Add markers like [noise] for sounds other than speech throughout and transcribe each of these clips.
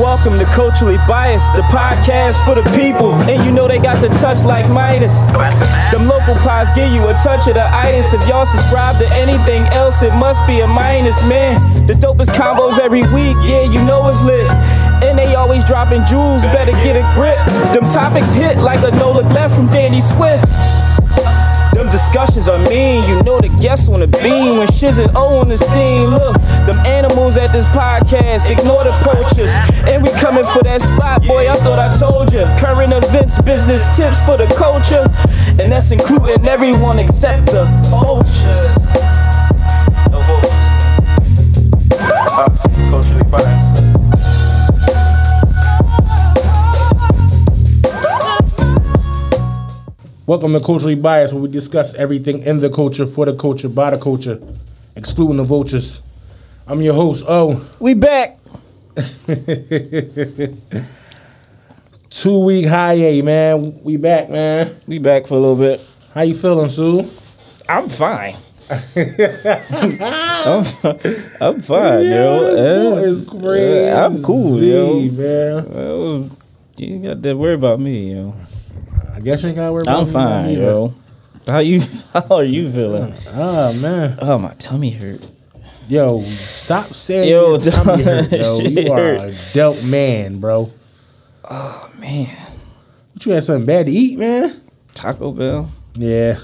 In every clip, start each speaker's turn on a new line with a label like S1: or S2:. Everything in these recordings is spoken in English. S1: Welcome to Culturally Biased, the podcast for the people. And you know they got the touch like Midas. Them local pies give you a touch of the itis. If y'all subscribe to anything else, it must be a minus, man. The dopest combos every week, yeah, you know it's lit. And they always dropping jewels, better get a grip. Them topics hit like a no look left from Danny Swift. Them discussions are mean, you know the guests on the beam when shiz and O on the scene. Look, them animals at this podcast, ignore the poachers. And we coming for that spot, boy, I thought I told ya. Current events, business tips for the culture. And that's including everyone except the vultures. The vultures.
S2: Uh, culturally biased.
S3: Welcome to Culturally Biased, where we discuss everything in the culture, for the culture, by the culture, excluding the vultures. I'm your host, O.
S1: We back.
S3: Two week high, A, man. We back, man.
S1: We back for a little bit.
S3: How you feeling, Sue?
S1: I'm fine. [laughs] I'm, I'm fine, yo. Eh,
S3: this boy is crazy.
S1: yeah, I'm cool, yo.
S3: man.
S1: well, you ain't got to worry about me, yo.
S3: I guess you ain't gotta worry about
S1: I'm
S3: me
S1: fine,
S3: either.
S1: yo. How you? [laughs] How are you feeling?
S3: Ah, man.
S1: Oh, my tummy hurt.
S3: Yo, stop saying
S1: Yo, [laughs]
S3: your tummy hurt, yo.
S1: shit
S3: You are
S1: hurt.
S3: a adult man, bro.
S1: Man,
S3: But you had something bad to eat, man?
S1: Taco Bell.
S3: Yeah.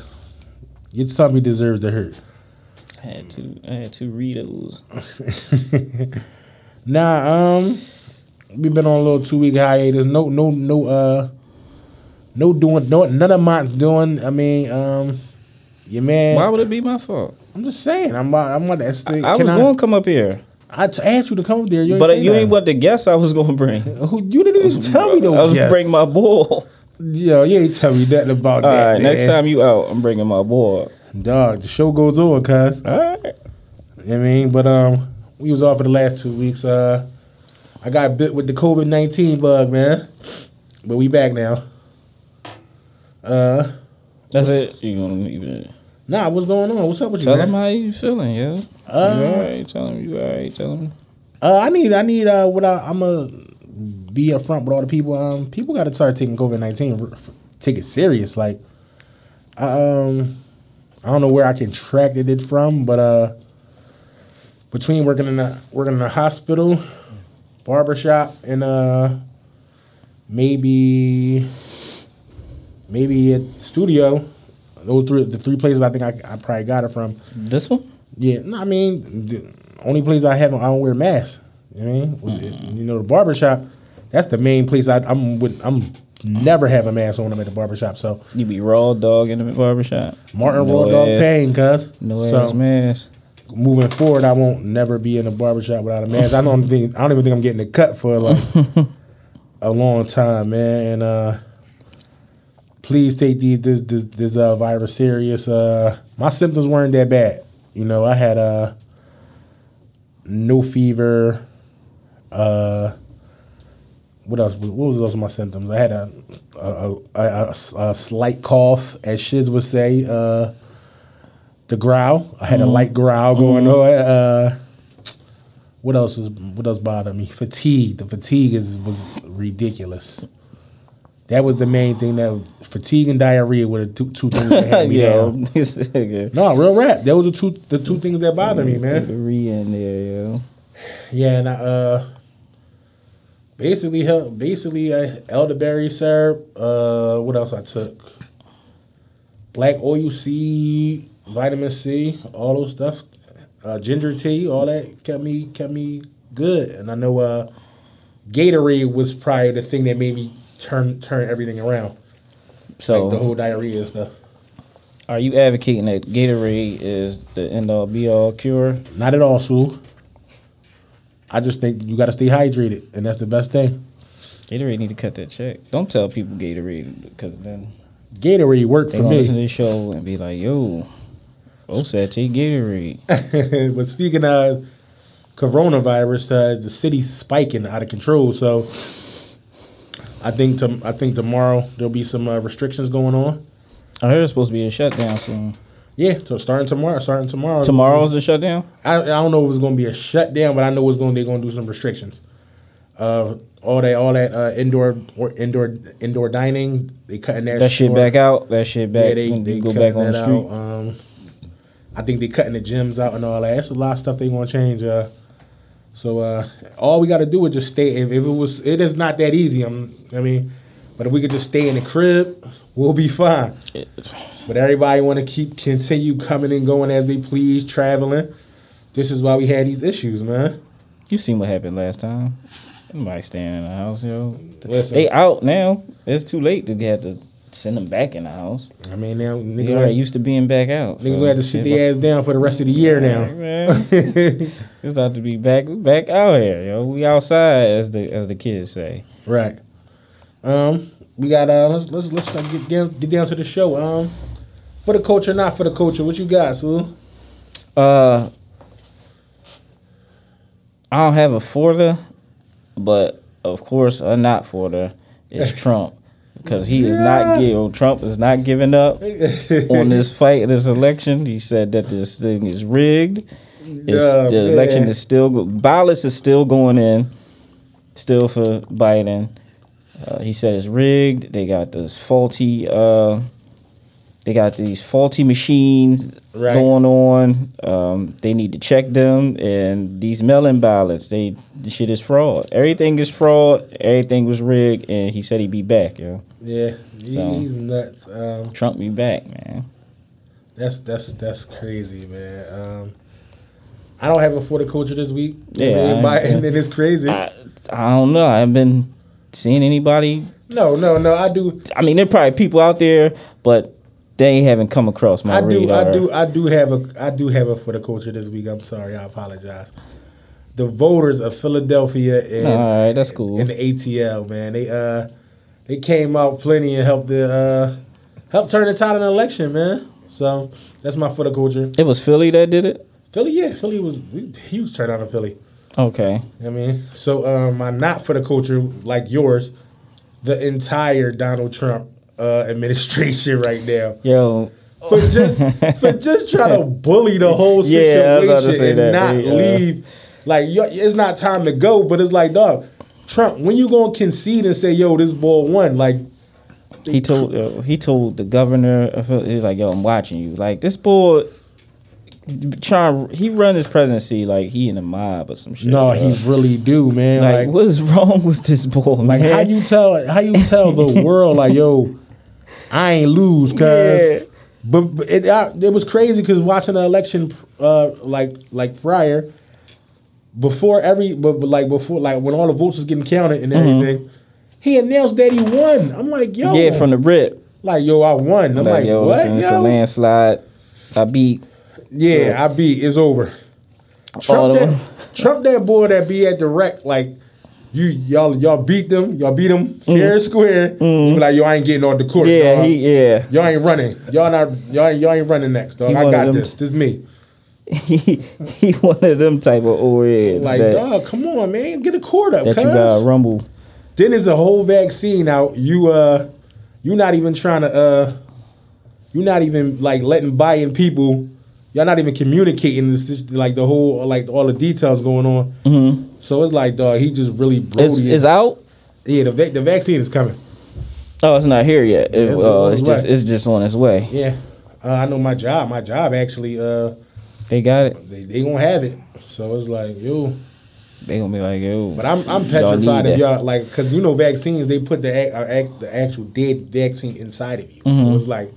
S3: Your tummy deserves to hurt.
S1: I had two. I had two Ritos.
S3: Nah, um, we've been on a little two week hiatus. No, no, no, uh, no doing, no, none of mine's doing. I mean, um, your man.
S4: Why would it be my fault?
S3: I'm just saying. I'm, about- I'm gonna say.
S4: I was
S3: can
S4: going to come up here,
S3: I, I t- asked you to come up there. You
S4: but
S3: say
S4: you ain't
S3: nothing.
S4: what the guess I was going to bring.
S3: Who, you didn't even [laughs] tell me though.
S4: I was bringing my [laughs] bull.
S3: Yo, you ain't tell me nothing about
S4: All
S3: that.
S4: right, next
S3: man.
S4: time you out, I'm bringing my bull.
S3: dog. The show goes on, cuz.
S4: All right,
S3: You know what I mean, but um, we was off for the last two weeks. Uh, I got bit with the COVID nineteen bug, man. But we back now. Uh,
S4: that's it. You gonna leave it?
S3: nah, what's going on? What's up with you,
S4: Tell
S3: man?
S4: him how you feeling, yo. you all right? Tell him you all right? Tell him.
S3: Uh, I need, I need. Uh, what I, I'm gonna be upfront with all the people. Um, people got to start taking COVID nineteen, take it serious. Like, I, um, I don't know where I contracted it from, but uh, between working in a working in a hospital, barbershop, and uh, maybe maybe at the studio, those three the three places I think I, I probably got it from.
S4: This one?
S3: Yeah, no, I mean, the only place I haven't, I don't wear masks. You know what I mean? With the- You know, the barbershop, that's the main place I, I'm with, I'm never have a mask on when I'm at the barbershop. So,
S4: You be raw dog in the barbershop.
S3: Martin
S4: no
S3: Raw Dog
S4: ass-
S3: Payne, cuz.
S4: No
S3: so,
S4: ass mask.
S3: moving forward, I won't never be in a barbershop without a mask.
S4: [laughs]
S3: I don't think, I don't even think I'm getting a cut for like a long time, man. And, uh, please take these, this, this, this, uh, virus serious. Uh, my symptoms weren't that bad. You know, I had, uh, no fever. Uh, what else? What was those my symptoms? I had a a, a, a- a- a slight cough, as Shiz would say. Uh, the growl. I had a light growl going on. Uh, what else was? What else bothered me? Fatigue. The fatigue is was ridiculous. That was the main thing. That fatigue and diarrhea were the two, two things that
S4: [laughs]
S3: had [laughs] me
S4: yo,
S3: down.
S4: this nigga.
S3: No, real rap. Those are two the two things that bothered me, man.
S4: Re in there, yo.
S3: Yeah, and I, uh, basically, hel- basically, uh, elderberry syrup. Uh, what else I took? Black oil seed, vitamin C, all those stuff. Uh, ginger tea, all that kept me kept me good. And I know uh, Gatorade was probably the thing that made me turn turn everything around,
S4: So,
S3: like the whole diarrhea and stuff.
S4: are you advocating that Gatorade is the end all be all cure?
S3: Not at all, Sue. I just think you got to stay hydrated, and that's the best thing.
S4: Gatorade need to cut that check. Don't tell people Gatorade because then
S3: Gatorade worked
S4: they
S3: for
S4: gonna
S3: me.
S4: listen to this show and be like, "Yo, oh, said take Gatorade."
S3: [laughs] but speaking of coronavirus, uh, the city's spiking out of control. So I think to, I think tomorrow there'll be some uh, restrictions going on.
S4: I heard it's supposed to be a shutdown soon.
S3: Yeah, so starting tomorrow, starting tomorrow.
S4: Tomorrow's the shutdown.
S3: I, I don't know if it's going to be a shutdown, but I know it's going. They're going to do some restrictions. uh, all that all that uh, indoor or indoor indoor dining. They cutting that,
S4: That shit
S3: short.
S4: back out. That shit back.
S3: Yeah, they,
S4: you
S3: they
S4: go
S3: cutting
S4: back on
S3: that
S4: the street.
S3: out. Um, I think they cutting the gyms out and all that. That's a lot of stuff they gonna change. Uh, so uh, all we gotta do is just stay. If, if it was, it is not that easy. i I mean, but if we could just stay in the crib, we'll be fine. But everybody want to keep continue coming and going as they please, traveling. This is why we had these issues, man.
S4: You seen what happened last time? Nobody staying in the house, yo.
S3: Listen,
S4: They out now. It's too late to have to send them back in the house.
S3: I mean, now niggas,
S4: They
S3: gonna-
S4: already used to being back out. so
S3: niggas gonna have to sit
S4: they
S3: their ass down for the rest of the year now.
S4: Man,
S3: [laughs]
S4: it's about to be back back out here, yo. We outside, as the as the kids say.
S3: Right. Um, we got uh, let's let's let's start get down get down to the show. Um, for the culture, not for the culture. What you got, [laughs] Sue?
S4: Uh, I don't have a Forda, but of course a not Forda
S3: [laughs]
S4: is Trump because he is not giving. Trump is not giving
S3: [laughs]
S4: up on this fight, this election. He said that this thing is rigged. It's,
S3: Yeah,
S4: the election
S3: man.
S4: is still go- ballots is still going in, still for Biden. Uh, he said it's rigged. They got this faulty. Uh, they got these faulty machines
S3: Right.
S4: going on. Um, they need to check them. And these mail-in ballots, they this shit is fraud. Everything is fraud. Everything was rigged. And he said he'd be back, yo.
S3: Yeah, he-
S4: So.
S3: he's nuts. Um,
S4: Trump be back, man.
S3: that's that's that's crazy, man. Um, I don't have a for the culture this week.
S4: Yeah,
S3: I mean,
S4: I-
S3: my- and then it's crazy.
S4: I, I don't know. I haven't been seeing anybody.
S3: no, no, no. I do,
S4: I mean, there are probably people out there, but they haven't come across my
S3: I do,
S4: radar.
S3: I do, I do have a, I do have a for the culture this week. I'm sorry, I apologize. The voters of Philadelphia and
S4: All right, that's cool.
S3: in the ATL, man. They uh they came out plenty and helped the uh help turn the tide in the election, man. So that's my for the culture.
S4: It was Philly that did it.
S3: Philly, yeah, Philly was we, huge turnout in Philly.
S4: Okay.
S3: I mean, so um, my not for the culture like yours, the entire Donald Trump uh, [laughs] administration right now
S4: Yo,
S3: for just
S4: [laughs]
S3: for just trying to bully the whole situation
S4: Yeah, I was about to say
S3: and
S4: that.
S3: not
S4: They, uh,
S3: leave. Like yo, it's not time to go, but it's like dog, Trump. When you gonna concede and say, "Yo, this ball won"? Like
S4: he told uh, he told the governor of Phil- he was like yo i'm watching you like this boy trying he run his presidency like he in a mob or some shit
S3: no,
S4: bro.
S3: he really do, man.
S4: like,
S3: Like
S4: what is wrong with this boy
S3: like,
S4: man?
S3: how you tell how you tell
S4: [laughs]
S3: the world like yo, I ain't lose, cuz.
S4: Yeah.
S3: But, but it I, it was crazy because watching the election, uh, like like prior, before every but, but like before like when all the votes was getting counted and everything, he announced that he won. I'm like yo,
S4: Mm-hmm. yeah from the rip
S3: like yo, I won. I'm like,
S4: like yo
S3: what
S4: listen, it's a
S3: yo?
S4: landslide i beat
S3: Yeah, I beat. It's over.
S4: all
S3: Trump
S4: of them
S3: that, Trump that boy that be at the wreck like you y'all y'all beat them y'all beat them fair and square. You be like yo I ain't getting on the court.
S4: Mm-hmm. yeah
S3: dog.
S4: he yeah [laughs]
S3: Y'all ain't running. Y'all not. Y'all ain't, y'all ain't running next, dog.
S4: He
S3: I
S4: one of
S3: got
S4: them-
S3: this. This me.
S4: he he one of them type of old heads
S3: Like,
S4: that,
S3: dog, come on, man, get a cord up,
S4: that you
S3: cuz.
S4: got rumble
S3: Then there's a whole vaccine out. You uh, you not even trying to uh, you not even like letting buy-in people. Y'all not even communicating this, this like the whole like all the details going on. Mm-hmm. So it's like, dog, he just really
S4: it's,
S3: brody.
S4: it's out
S3: yeah, the vac the vaccine is coming.
S4: oh it's not here yet It-
S3: it's just
S4: uh,
S3: on
S4: it's
S3: its
S4: just
S3: way.
S4: it's just on its way
S3: Yeah, uh, I know my job. My job actually uh,
S4: they got it
S3: they they gonna have it. So it's like, yo.
S4: they gonna be like oh, yo
S3: But I'm I'm
S4: y'all
S3: petrified
S4: need that.
S3: if y'all like because you know vaccines they put the ac- uh, act, the actual dead vaccine inside of you.
S4: Mm-hmm.
S3: So it's like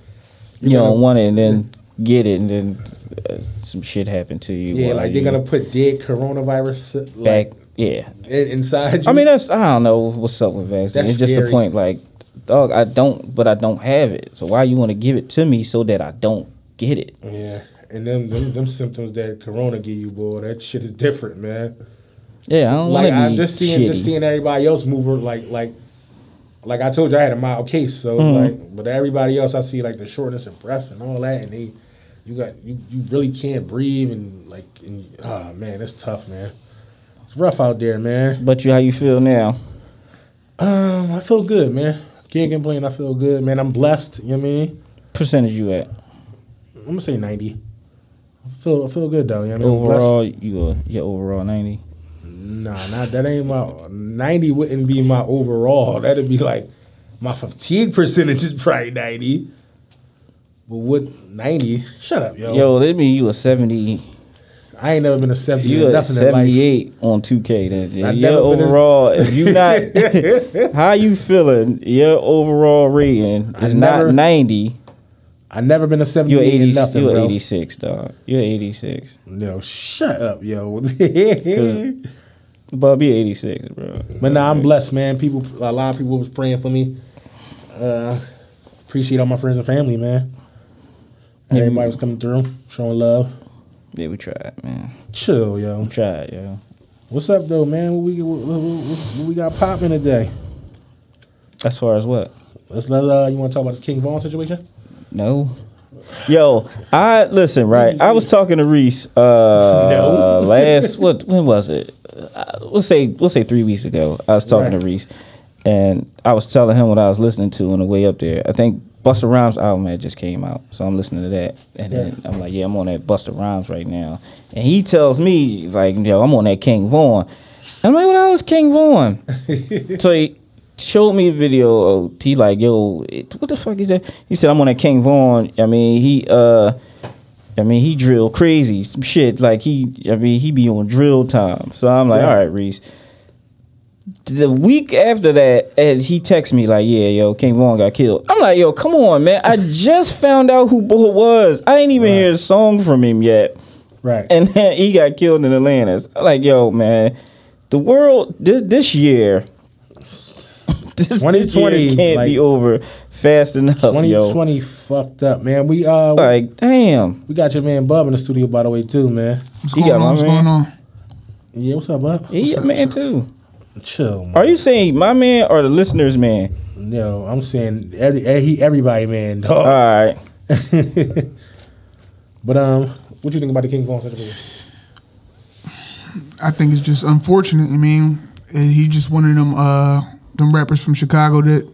S3: you're
S4: you
S3: gonna-
S4: don't want it and then get it and then uh, some shit happen to you.
S3: yeah
S4: while
S3: like they're
S4: you
S3: gonna put dead coronavirus uh,
S4: back.
S3: like
S4: yeah,
S3: in, inside you.
S4: I mean that's I don't know what's up with vaccine.
S3: That's
S4: it's just the
S3: scary.
S4: point. Like, dog, I don't, but I don't have it. So why you want to give it to me so that I don't get it?
S3: yeah, and them, them them symptoms that corona give you, boy, that shit is different, man.
S4: Yeah, I don't
S3: Like
S4: want to
S3: I'm
S4: be
S3: just seeing
S4: shitty.
S3: just seeing everybody else move ar- like like. Like I told you, I had a mild case, so it's
S4: Mm-hmm.
S3: like, but everybody else I see like the shortness of breath and all that, and they, you got you, you really can't breathe and like, and, oh man, it's tough, man. It's rough out there, man.
S4: But you, how you feel now?
S3: Um, I feel good, man. Can't complain. I feel good, man. I'm blessed. You know what I mean?
S4: Percentage you at
S3: I'm gonna say ninety. I feel I feel good though. You know what I mean? I'm blessed.
S4: overall? You a, your overall ninety?
S3: Nah, nah, that ain't my ninety. Wouldn't be my overall. That'd be like my fatigue percentage is probably ninety. But what ninety? Shut up, yo.
S4: Yo, that mean you a seventy.
S3: I ain't never been a seventy.
S4: You
S3: or
S4: a
S3: nothing in life.
S4: seventy eight on two K. Then yeah,
S3: I never
S4: your
S3: been a-
S4: overall, if you
S3: [laughs]
S4: not how you feeling, your overall rating
S3: I
S4: is
S3: never-
S4: not ninety.
S3: I never been a seventy.
S4: You're
S3: in
S4: eighty.
S3: nothing,
S4: you're
S3: bro.
S4: eighty six, dog. You're eighty six.
S3: Yo, shut up, yo. [laughs] but
S4: Bub, you're eighty six, bro.
S3: nah, I'm blessed, man. People, a lot of people was praying for me. Uh, appreciate all my friends and family, man. Everybody was coming through, showing love.
S4: Yeah, we tried, man.
S3: Chill, yo.
S4: We tried, yo.
S3: What's up, though, man? What we what, what, what, what we got popping today?
S4: As far as what?
S3: Let's let uh, you want to talk about this King Vaughn situation?
S4: No. Yo, I listen, right? I was talking to Reese uh
S3: [laughs] No.
S4: last what when was it? Uh, we'll say we'll say 3 weeks ago. I was talking
S3: Right.
S4: to Reese and I was telling him what I was listening to on the way up there. I think Busta Rhymes album had just came out. So I'm listening to that and then I'm like, yeah, I'm on that Busta Rhymes right now. And he tells me like, yo, I'm on that King Vaughn. I'm like, what the hell is King Vaughn? so he showed me a video of he like, yo, it, what the fuck is that? He said, I'm on that King Vaughn. I mean, he uh I mean he drill crazy, some shit. Like he I mean he be on drill time. So I'm like,
S3: Right.
S4: all right, Reese. The week after that, and he texts me like, "Yeah, yo, King Vaughn got killed." I'm like, "Yo, come on, man!
S3: [laughs]
S4: I just found out who Bull was. I ain't even hear a song from him yet."
S3: Right.
S4: and then he got killed in Atlanta. It's Like, yo, man, the world this this year, [laughs] this, this
S3: 2020,
S4: year can't
S3: like-
S4: be over fast enough,
S3: Twenty
S4: yo.
S3: twenty fucked up, man. We uh
S4: Like, damn,
S3: we got your man Bub in the studio by the way too, man.
S5: What's
S4: You
S5: going
S4: got
S5: on?
S4: my
S5: What's
S4: man.
S5: going on?
S3: Yeah, what's up, Bub?
S4: he a
S5: up,
S4: man
S5: what's
S4: too.
S3: Chill, man.
S4: Are you saying my man or the listeners' man?
S3: No, I'm saying every, eh, he everybody, man. Dog. [laughs]
S4: All right,
S3: But um, what you think about the King Kong situation?
S5: I think it's just unfortunate. I mean, and he just one of them uh them rappers from Chicago that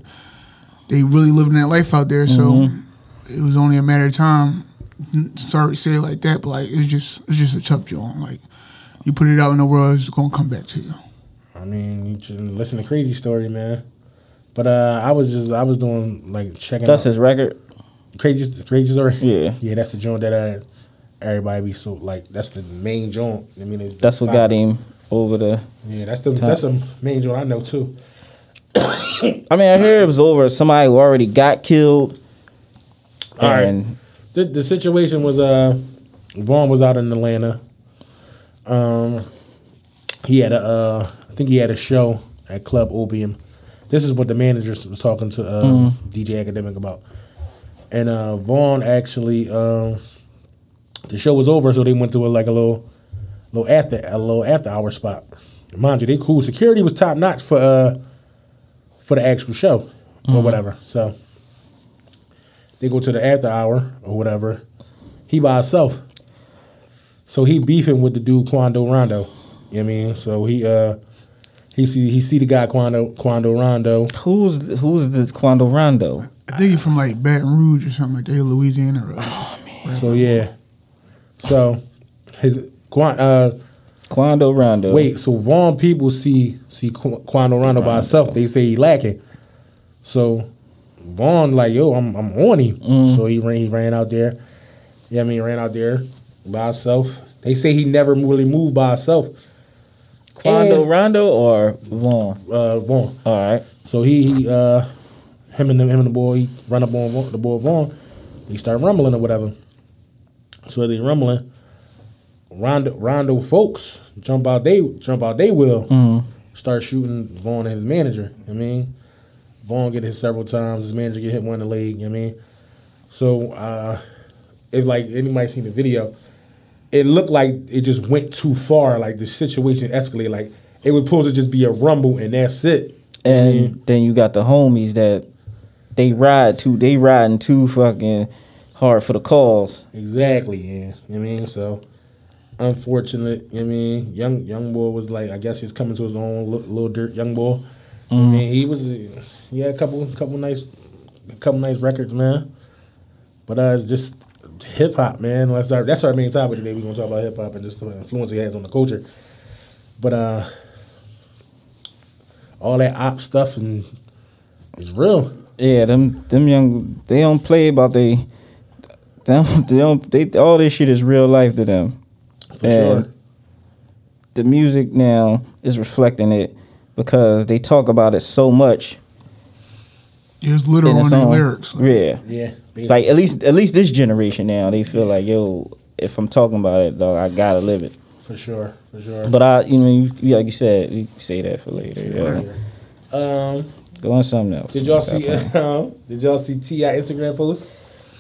S5: they really living that life out there. So
S4: Mm-hmm.
S5: it was only a matter of time. N- Sorry to say it like that, but like it's just it's just a tough job. Like you put it out in the world, it's gonna come back to you.
S3: I mean, you should listen to crazy story, man. But uh, I was just I was doing like checking
S4: that's
S3: out
S4: his record.
S3: crazy crazy story.
S4: Yeah.
S3: yeah, that's the joint that uh, everybody be so like. That's the main joint. I mean, it's
S4: That's what got him over the.
S3: Yeah, that's the that's the main joint I know too.
S4: I mean, I hear it was over somebody who already got killed.
S3: All right.
S4: and
S3: The, the situation was uh, Vaughn was out in Atlanta. Um, he had a uh, I think he had a show at Club Opium. This is what the manager was talking to uh, DJ Academic about, and uh, Vaughn actually um, the show was over, so they went to a, like a little little after a little after hour spot. Mind you, they cool. Security was top notch for uh, for the actual show or whatever. So they go to the after hour or whatever. He by himself. So he beefing with the dude Quando Rondo. You know what I mean? So he uh he see he see the guy Quando Quando Rondo.
S4: who's who's the Quando Rondo?
S5: I think he's from like Baton Rouge or something like that, Louisiana. Or, uh,
S3: So yeah. So his Quan uh
S4: Quando Rondo.
S3: wait, so Vaughn people see see Qu- Quando Rondo by himself. They say he lacking. So Vaughn like, yo, I'm I'm on him. So he ran he ran out there. Yeah, I mean, he ran out there by himself. They say he never really moved by himself.
S4: Quando
S3: And-
S4: Rondo or Vaughn?
S3: uh, Vaughn.
S4: All right.
S3: So he, he uh, him and the, him and the boy, he run up on Vaughn, the boy Vaughn. They start rumbling or whatever. So they rumbling. Rondo, Rondo folks jump out. They jump out. They will start shooting Vaughn and his manager. I mean, Vaughn get hit several times. His manager get hit one in the leg. I mean, so uh, if like anybody seen the video, it looked like it just went too far. Like the situation escalated. Like it was supposed to just be a rumble and that's it.
S4: And
S3: Mm-hmm.
S4: then you got the homies that they ride to. They riding too fucking hard for the cause.
S3: Exactly, yeah. You know what I mean? So unfortunate, you know what I mean, young young boy was like I guess he's coming to his own li- little dirt young boy. You know what I
S4: Mm-hmm.
S3: mean, he was uh, he had a couple couple nice a couple nice records, man. But uh it's just hip hop, man. That's our that's our main topic today. We're gonna talk about hip hop and just the influence it has on the culture. But uh all that op stuff and it's real.
S4: Yeah, them them young they don't play about they them [laughs] they don't they all this shit is real life to them.
S3: For
S4: And
S3: sure.
S4: The music now is reflecting it because they talk about it so much
S5: There's
S4: in
S5: literal
S4: the
S5: on their
S4: song.
S5: lyrics.
S4: Yeah.
S3: Yeah. they-
S4: Like at least at least this generation now, they feel like, yo, if I'm talking about it, dog, I gotta live it.
S3: for sure. For sure.
S4: But I you know, you, you- like you said, you say that for later. yeah.
S3: um,
S4: Go on something else.
S3: did y'all see? [laughs] Um, did y'all see Ti Instagram post?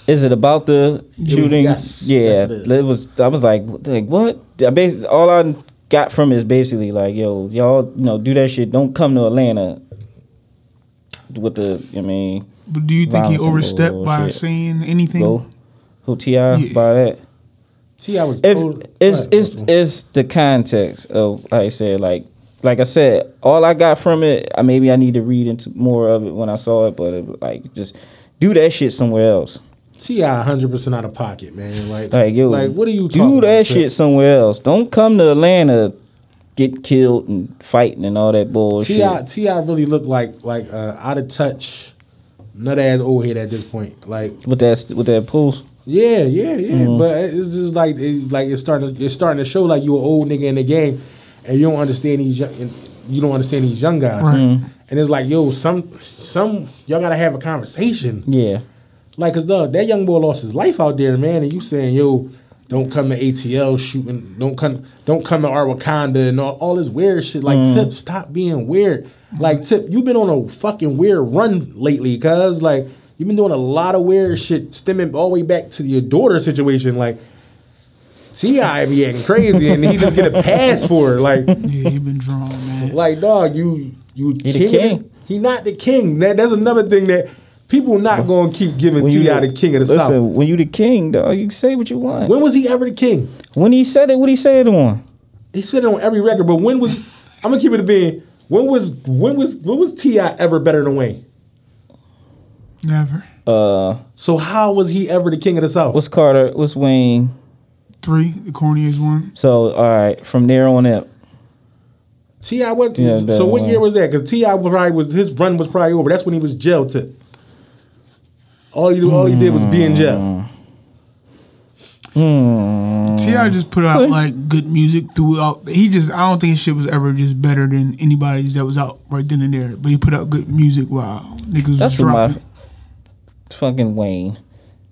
S4: Is it about the shooting?
S3: yes.
S4: Yeah,
S3: Yes, it is.
S4: it, was. I was like, like what? I basically, all I got from it is basically like, yo, y'all, you know, do that shit. Don't come to Atlanta with the. I mean,
S5: But do you think he
S4: Violence and
S5: overstepped by
S4: bullshit.
S5: saying anything?
S4: oh, go who Ti
S5: Yeah.
S4: by that.
S3: Ti was.
S4: If
S3: told-
S4: it's
S3: Oh, Right,
S4: it's
S3: what's-
S4: it's the context of like I said, like like I said, all I got from it. I maybe I need to read into more of it when I saw it, but it, like just do that shit somewhere else.
S3: Ti 100% out of pocket, man. Like,
S4: Like yo,
S3: like what are you talking
S4: do that
S3: about, Trip?
S4: shit somewhere else? Don't come to Atlanta, get killed and fighting and all that bullshit.
S3: Ti Ti really looked like like uh, out of touch, nut ass old head at this point. Like
S4: with that with that pulse.
S3: yeah, yeah, yeah.
S4: Mm-hmm.
S3: But it's just like it, like it's starting to, it's starting to show like you an old nigga in the game, and you don't understand these young, and you don't understand these young guys.
S5: Right.
S3: And it's like yo, some some y'all gotta have a conversation.
S4: Yeah,
S3: Like, cause the, that young boy lost his life out there, man. And you saying, yo, don't come to ATL shooting, don't come, don't come to our Wakanda and all, all this weird shit. Like, Tip, stop being weird. Like, Tip, you've been on a fucking weird run lately, cause like you've been doing a lot of weird shit, stemming all the way back to your daughter situation. Like, Ti be acting crazy, and he just get a pass for it. Like,
S5: Yeah, he been drawn,
S4: [laughs]
S5: man.
S3: like dog, you you
S4: He the
S3: king.
S4: king.
S3: He not the king. That that's another thing that people not gonna keep giving Ti the king of the
S4: listen,
S3: south.
S4: When you the king, dog, you say what you want.
S3: When was he ever the king?
S4: When he said it, what he said on.
S3: He said it on every record, but when was I'm gonna keep it a being. When was when was when was Ti ever better than Wayne?
S5: Never.
S4: Uh,
S3: So how was he ever the king of the south?
S4: what's Carter? What's Wayne?
S5: Three, the corniest one.
S4: So all right, from there on up,
S3: Ti what?
S4: Yeah, better
S3: so
S4: than
S3: what year
S4: Wayne.
S3: was that? Because Ti was probably was his run was probably over. That's when he was jail tip. All you all you did was be in
S4: Mm.
S3: jail.
S5: T.I. just put out like good music throughout. He just, I don't think his shit was ever just better than anybody's that was out right then and there. But he put out good music while niggas
S4: that's
S5: was
S4: what my
S5: dropping.
S4: fucking Wayne.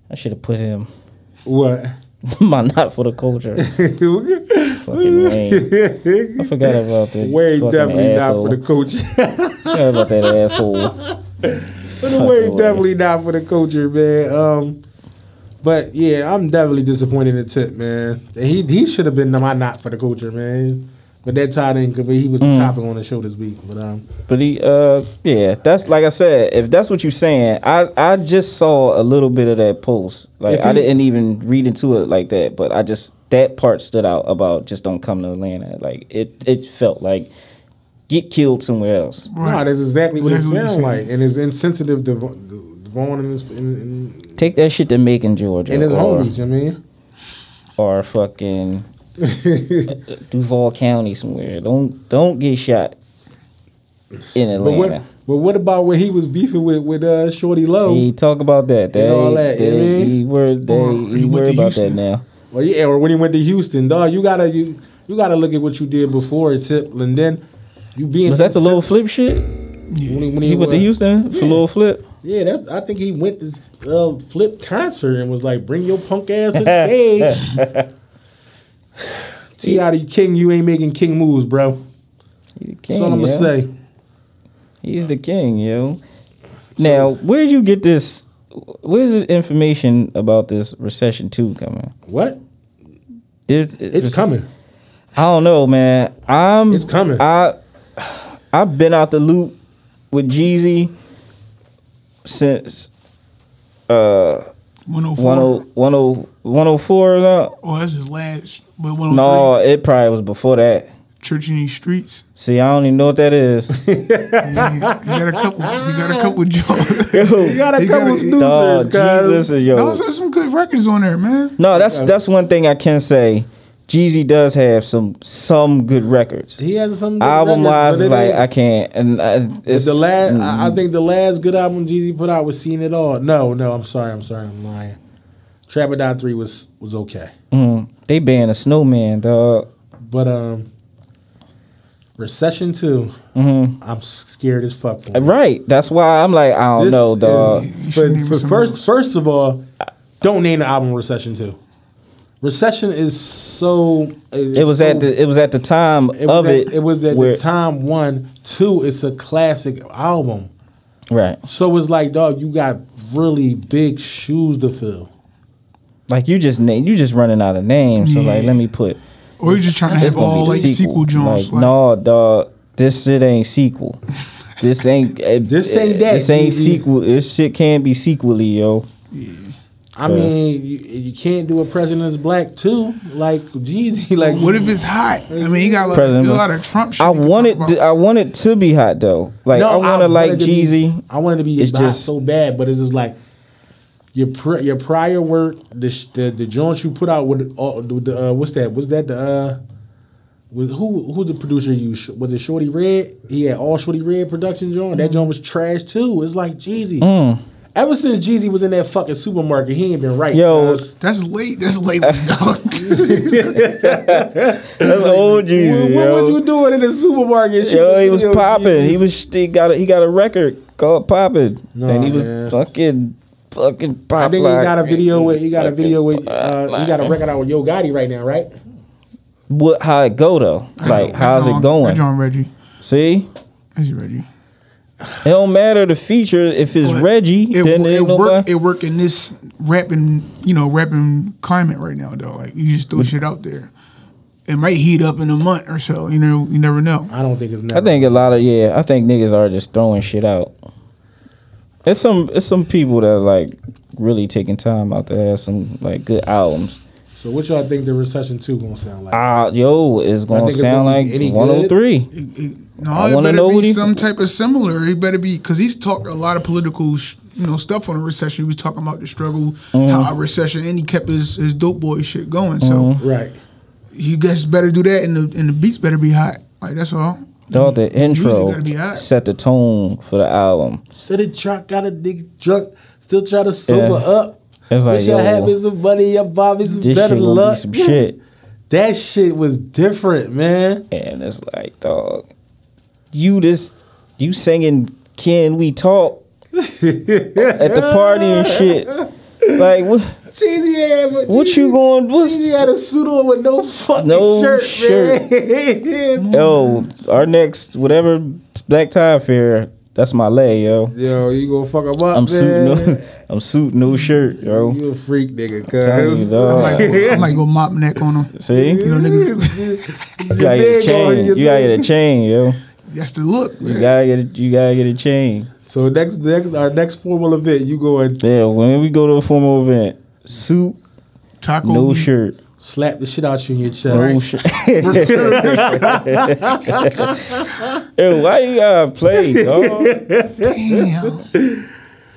S4: I should have put him. [laughs]
S3: What? [laughs]
S4: my not for the culture. fucking Wayne.
S3: [laughs]
S4: I forgot about that.
S3: Wayne
S4: fucking
S3: definitely
S4: asshole. [laughs]
S3: not for the coach.
S4: Forgot about
S3: [laughs]
S4: that asshole.
S3: But the way
S4: Fucking way.
S3: definitely not for the culture, man. Um, but yeah, I'm definitely disappointed in Tip, man. He he should have been my not for the culture, man. But that tied in because he
S4: Mm.
S3: was the topic on the show this week. But um,
S4: But he, uh, yeah, that's like I said. If that's what you're saying, I, I just saw a little bit of that post. Like
S3: If
S4: I
S3: he-
S4: didn't even read into it like that, but I just that part stood out about just don't come to Atlanta. Like it, it felt like get killed somewhere else.
S5: Right.
S3: nah, that's exactly what
S5: Exactly
S3: it
S5: what he
S3: sounds
S5: said.
S3: like, and it's insensitive to Vo- to Vaughn and his and, and,
S4: Take that shit to Macon, Georgia,
S3: and his
S4: or,
S3: homies. You know what I mean,
S4: or fucking Duval County somewhere. Don't don't get shot in
S3: [laughs] but what
S4: Atlanta.
S3: but what about when he was beefing with with uh, Shorty Low?
S4: He talk about that. They,
S3: all that, you
S4: They,
S3: know what I mean?
S4: He worried. They
S5: Or he
S4: he
S5: went
S4: worried
S5: to
S4: about that
S5: Houston.
S4: now.
S3: Well, yeah, or when he went to Houston, dog, you gotta you you gotta look at what you did before Tip, and then you being
S4: Was that the
S3: insensitive-
S4: little flip shit?
S3: when when
S4: He, went to
S3: was-
S4: Houston for a little flip.
S3: Yeah, that's. I think he went to uh, Flip concert and was like, "Bring your punk ass to
S4: [laughs]
S3: the stage." Ti the king, you ain't making king moves, bro.
S4: He's the king.
S3: That's all I'm
S4: yo.
S3: gonna say.
S4: He's the king, yo. Now, where would you get this? Where's the information about this recession two coming?
S3: What?
S4: There's,
S3: It's coming.
S4: I don't know, man. I'm.
S3: It's coming.
S4: I I've been out the loop with Jeezy since oh, uh
S5: 104.
S4: 10 10 104 is out.
S5: Oh, that's his last. But 103.
S4: No, it probably was before that.
S5: Church in these streets.
S4: See, I don't even know what that is.
S5: Yeah, he got a couple. He got a couple joints. [laughs]
S3: You got a
S5: He
S3: couple
S5: gotta-
S3: snoozers,
S4: Dog,
S3: cuz.
S4: Jesus, yo.
S5: Those are some good records on there, man.
S4: No, that's that's one thing I can say. Jeezy does have some some good records.
S3: He has some good
S4: Album wise,
S3: records, but it
S4: like
S3: ain't-
S4: I can't. And I, it's
S3: the last,
S4: mm,
S3: I I think the last good album Jeezy put out was "Seen It All." No, no, I'm sorry, I'm sorry, I'm lying. Trapper Die Three was was okay,
S4: mm, they banned a snowman, dog.
S3: but um, Recession Two,
S4: Mhm.
S3: I'm scared as fuck for. him.
S4: Right. That's why I'm like I don't
S3: This
S4: know,
S3: is-
S4: dog.
S5: You should
S3: but
S5: name
S3: for
S5: some
S3: first,
S5: rules.
S3: first of all, don't name the album "Recession 2. Recession is so.
S4: It was at the it was at the time of
S3: at,
S4: it.
S3: It was at
S4: where-
S3: the time one, two. It's a classic album.
S4: Right.
S3: So it's like, dog, you got really big shoes to fill.
S4: Like you just na- you just running out of names. So like,
S5: Yeah.
S4: let me put.
S5: Or you just trying to
S4: It's
S5: have
S4: gonna
S5: all
S4: be the
S5: like sequel, Jones.
S4: Like, no, dog. This shit ain't sequel.
S3: [laughs]
S4: This ain't eh,
S3: This ain't that,
S4: This ain't
S3: Jeezy.
S4: sequel. This shit can be sequely, yo.
S3: I mean, you, you can't do a President's Black too, like Jeezy. [laughs] Like
S5: What if it's hot? I mean, you got like,
S4: President
S5: there's a
S4: Bush.
S5: lot of Trump shit.
S4: I
S5: we can
S4: want
S5: talk
S4: it.
S5: about.
S4: th- I want it to be hot though. Like I want to like
S3: wanted to be- [coughs]
S4: Jeezy. [coughs]
S3: I wanted to be
S4: It's
S3: hot
S4: just-
S3: so bad, but it's just like your pr- your prior work, the sh- the, the joints you put out with all the, the uh, what's that? Was that the uh, with who who's the producer you sh- was it Shorty Red? He had all Shorty Red production joint. That joint was
S4: Mm.
S3: trash too. It's like Jeezy. Ever since Jeezy was in that fucking supermarket, he ain't been right.
S4: Yo,
S3: cuz.
S5: That's late.
S4: [laughs]
S5: That's late, dog.
S4: That's old
S3: what,
S4: Jeezy,
S3: what
S4: yo.
S3: was you doing in the supermarket? She
S4: Yo, he was
S3: yo,
S4: popping.
S3: Jeezy.
S4: He was he got a, he got a record called Poppin',
S3: Nah,
S4: and he was
S3: man.
S4: fucking fucking pop.
S3: I think he
S4: like
S3: got a video with he got a
S4: fucking
S3: video with
S4: pop
S3: uh, he got a
S4: like-
S3: record out with Yo Gotti right now, right?
S4: What? How it go though? Like how's it
S5: That's
S4: going?
S5: on Reggie.
S4: See,
S5: That's you, Reggie.
S4: it don't matter the feature if it's
S5: But
S4: Reggie.
S5: It,
S4: then
S5: wo-
S4: it,
S5: it
S4: ain't
S5: work.
S4: nobody.
S5: It work in this rapping, you know, rapping climate right now, though. Like you just
S4: Mm.
S5: throw shit out there. It might heat up in a month or so. You know, you never know.
S3: I don't think it's never.
S4: I think a lot of yeah. I think niggas are just throwing shit out. It's some it's some people that are like really taking time out to have some like good albums.
S3: so. What y'all think the recession two gonna sound like?
S4: Ah, yo, it's
S3: think
S4: gonna
S3: it's
S4: sound
S3: gonna be
S4: like
S3: any good?
S4: 103.
S5: It- it- no,
S4: I
S5: it
S4: wanna
S5: better
S4: know
S5: be
S4: what he-
S5: some type of similar. It better be because he's talked a lot of political, sh- you know, stuff on the recession. He was talking about the struggle,
S4: Mm-hmm.
S5: how a recession, and he kept his, his dope boy shit going.
S4: Mm-hmm.
S5: So
S3: right.
S5: you guys better do that, and the and the beats better be hot. Like that's all.
S4: Dog, the
S5: gotta be
S4: intro
S5: hot.
S4: set the tone for the album.
S3: Said it drunk, got a nigga drunk, still try to sober
S4: Yeah.
S3: up.
S4: It's like,
S3: Wish I had me
S4: yo,
S3: some money, I'm Bobby some
S4: this shit
S3: better
S4: gonna
S3: luck.
S4: be some shit.
S3: [laughs] That shit was different, man.
S4: And it's like, dog, you this, you singing "Can We
S3: [laughs]
S4: Talk" at the party and shit. Like, what,
S3: Cheesy had
S4: what you going? What's
S3: Cheesy had a suit on with no fucking
S4: No
S3: shirt,
S4: shirt.
S3: man. [laughs]
S4: yo? Our next whatever black tie fair. That's my lay, yo.
S3: Yo, you gonna fuck him up,
S4: I'm suiting, [laughs]
S3: man.
S4: no, I'm suiting no shirt, yo.
S3: You a freak, nigga.
S4: telling you,
S3: Cause
S4: dog.
S5: [laughs] I might go mop neck on him.
S4: See,
S5: You know, niggas,
S3: [laughs]
S4: you gotta get a chain. You gotta get a chain, yo.
S5: that's the
S3: [laughs]
S5: look.
S4: You
S5: man.
S4: gotta get, a, you gotta get a chain.
S3: So next, next, our next formal event, you going
S4: Yeah, when we go to a formal event, suit,
S5: Taco
S4: no
S5: meat.
S4: shirt,
S3: slap the shit out you in your chest.
S4: no
S3: [laughs]
S4: shirt. Yo, [laughs] why you gotta play, dog?
S5: Damn.